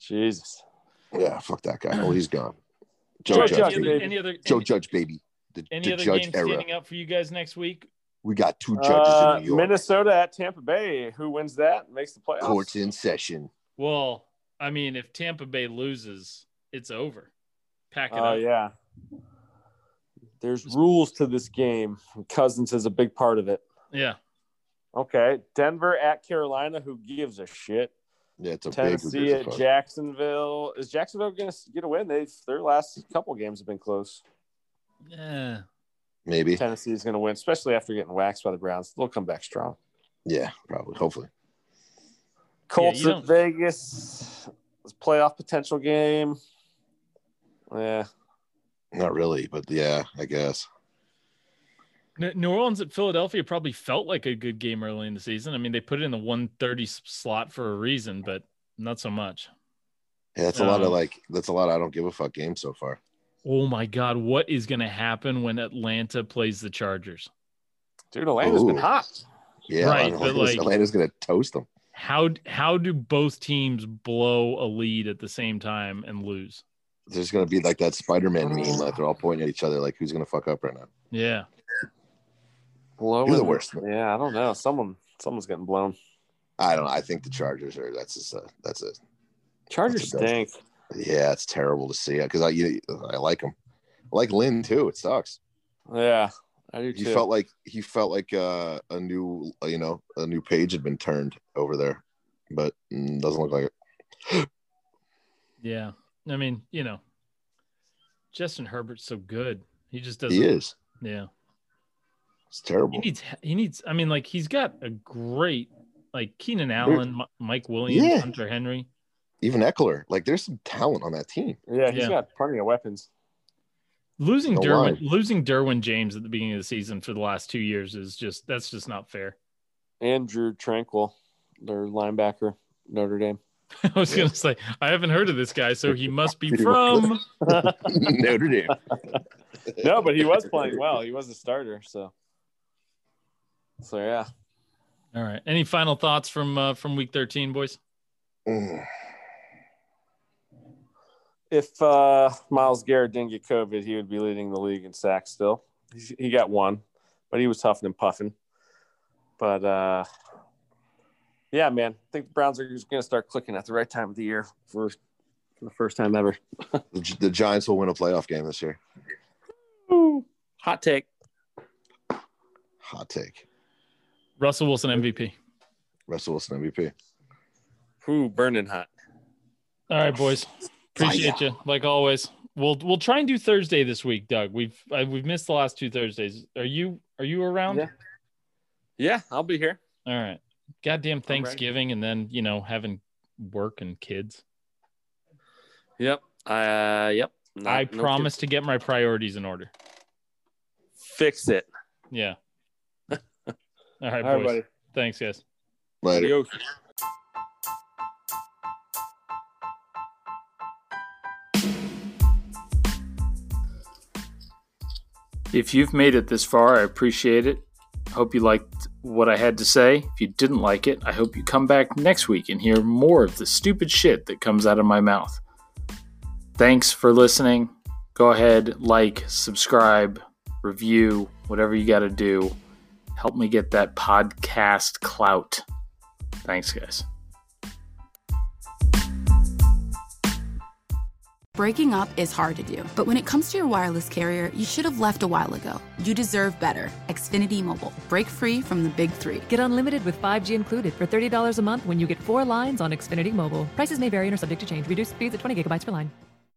Speaker 6: Jesus.
Speaker 5: yeah, fuck that guy. Well, he's gone. Joe,
Speaker 6: Joe
Speaker 5: Judge,
Speaker 6: Judge,
Speaker 5: baby.
Speaker 3: any, other, any other
Speaker 5: Joe
Speaker 3: any,
Speaker 5: Judge, baby. The,
Speaker 3: any
Speaker 5: the
Speaker 3: other
Speaker 5: Judge
Speaker 3: games
Speaker 5: era.
Speaker 3: standing up for you guys next week?
Speaker 5: We got two judges
Speaker 6: Uh,
Speaker 5: in New York.
Speaker 6: Minnesota at Tampa Bay. Who wins that? Makes the playoffs.
Speaker 5: Courts in session.
Speaker 3: Well, I mean, if Tampa Bay loses, it's over. Pack it
Speaker 6: Oh
Speaker 3: up.
Speaker 6: yeah. There's rules to this game. Cousins is a big part of it.
Speaker 3: yeah.
Speaker 6: Okay. Denver at Carolina. Who gives a shit?
Speaker 5: Yeah, it's a big.
Speaker 6: Tennessee
Speaker 5: who gives a
Speaker 6: at
Speaker 5: fuck.
Speaker 6: Jacksonville. Is Jacksonville going to get a win? They've their last couple games have been close.
Speaker 3: Yeah.
Speaker 5: maybe.
Speaker 6: Tennessee is going to win, especially after getting waxed by the Browns. They'll come back strong.
Speaker 5: Yeah, probably. Hopefully.
Speaker 6: Colts
Speaker 3: you
Speaker 6: at
Speaker 3: don't-
Speaker 6: Vegas, playoff potential game. Yeah,
Speaker 5: Not really, but yeah, I guess.
Speaker 3: N- New Orleans at Philadelphia probably felt like a good game early in the season. I mean, they put it in the 130 s- slot for a reason, but not so much.
Speaker 5: Yeah, that's a lot of
Speaker 3: Um,
Speaker 5: like that's a lot of I don't give a fuck games so far.
Speaker 3: Oh my God, what is going to happen when Atlanta plays the Chargers?
Speaker 6: dude, Atlanta's been
Speaker 5: Ooh.
Speaker 6: hot.
Speaker 5: Yeah,
Speaker 3: Right, but,
Speaker 5: Atlanta's,
Speaker 3: like-
Speaker 5: Atlanta's gonna toast them.
Speaker 3: How how do both teams blow a lead at the same time and lose?
Speaker 5: There's gonna be like that Spider-Man meme, like they're all pointing at each other, like who's gonna fuck up right now?
Speaker 3: Yeah,
Speaker 6: Blowing.
Speaker 5: You're the worst.
Speaker 6: Yeah, I don't know. Someone, someone's getting blown.
Speaker 5: I don't. know. I think the Chargers are. That's just a, that's a.
Speaker 6: Chargers
Speaker 5: That's a
Speaker 6: stink.
Speaker 5: Yeah, it's terrible to see because I you, I like them. I like Lynn too. It sucks.
Speaker 6: Yeah, I do
Speaker 5: He
Speaker 6: too.
Speaker 5: felt like he felt like uh, a new you know a new page had been turned over there, but mm, doesn't look like it.
Speaker 3: yeah. I mean, you know, Justin Herbert's so good. He just doesn't.
Speaker 5: He is.
Speaker 3: Yeah.
Speaker 5: It's terrible.
Speaker 3: He needs. He needs. I mean, like he's got a great like Keenan Allen, Mi- Mike Williams,
Speaker 5: Yeah.
Speaker 3: Hunter Henry.
Speaker 5: Even Eckler, like there's some talent on that team.
Speaker 6: yeah, he's
Speaker 3: Yeah.
Speaker 6: got plenty of weapons.
Speaker 3: Losing
Speaker 5: No
Speaker 3: Derwin,
Speaker 5: lie.
Speaker 3: losing Derwin James at the beginning of the season for the last two years is just that's just not fair.
Speaker 6: And Drew Tranquil, their linebacker, Notre Dame.
Speaker 3: I was gonna say I haven't heard of this guy, so he must be from.
Speaker 5: Notre Dame.
Speaker 6: No, but he was playing well. He was a starter, so. So yeah,
Speaker 3: All right. Any final thoughts from uh, from week thirteen, boys?
Speaker 5: Mm.
Speaker 6: if uh, Miles Garrett didn't get COVID, he would be leading the league in sacks still. He, he got one, but he was huffing and puffing. But uh, yeah, man, I think the Browns are just going to start clicking at the right time of the year for, for the first time ever.
Speaker 5: The, Gi- the Giants will win a playoff game this year.
Speaker 6: Hot take.
Speaker 5: Hot take.
Speaker 3: Russell Wilson MVP.
Speaker 5: Russell Wilson MVP.
Speaker 6: Ooh, burning hot.
Speaker 3: All right, boys. Appreciate you like always. We'll we'll try and do Thursday this week, Doug. We've I, we've missed the last two Thursdays. Are you are you around?
Speaker 6: Yeah. Yeah, I'll be here.
Speaker 3: All right. Goddamn Thanksgiving and then, you know, having work and kids.
Speaker 6: Yep. Uh, yep.
Speaker 3: I
Speaker 6: No- no
Speaker 3: promise to get my priorities in order.
Speaker 6: kidding. Fix it.
Speaker 3: Yeah. All right, boys.
Speaker 6: Everybody.
Speaker 3: Thanks, guys.
Speaker 5: Later.
Speaker 6: Adios.
Speaker 9: If you've made it this far, I appreciate it. I hope you liked what I had to say. If you didn't like it, I hope you come back next week and hear more of the stupid shit that comes out of my mouth. Thanks for listening. Go ahead, like, subscribe, review, whatever you got to do. Help me get that podcast clout. Thanks, guys.
Speaker 10: Breaking up is hard to do, but when it comes to your wireless carrier, you should have left a while ago. You deserve better. Xfinity Mobile. Break free from the big three.
Speaker 11: Get unlimited with 5G included for $30 a month when you get four lines on Xfinity Mobile. Prices may vary and are subject to change. Reduced speeds at 20 gigabytes per line.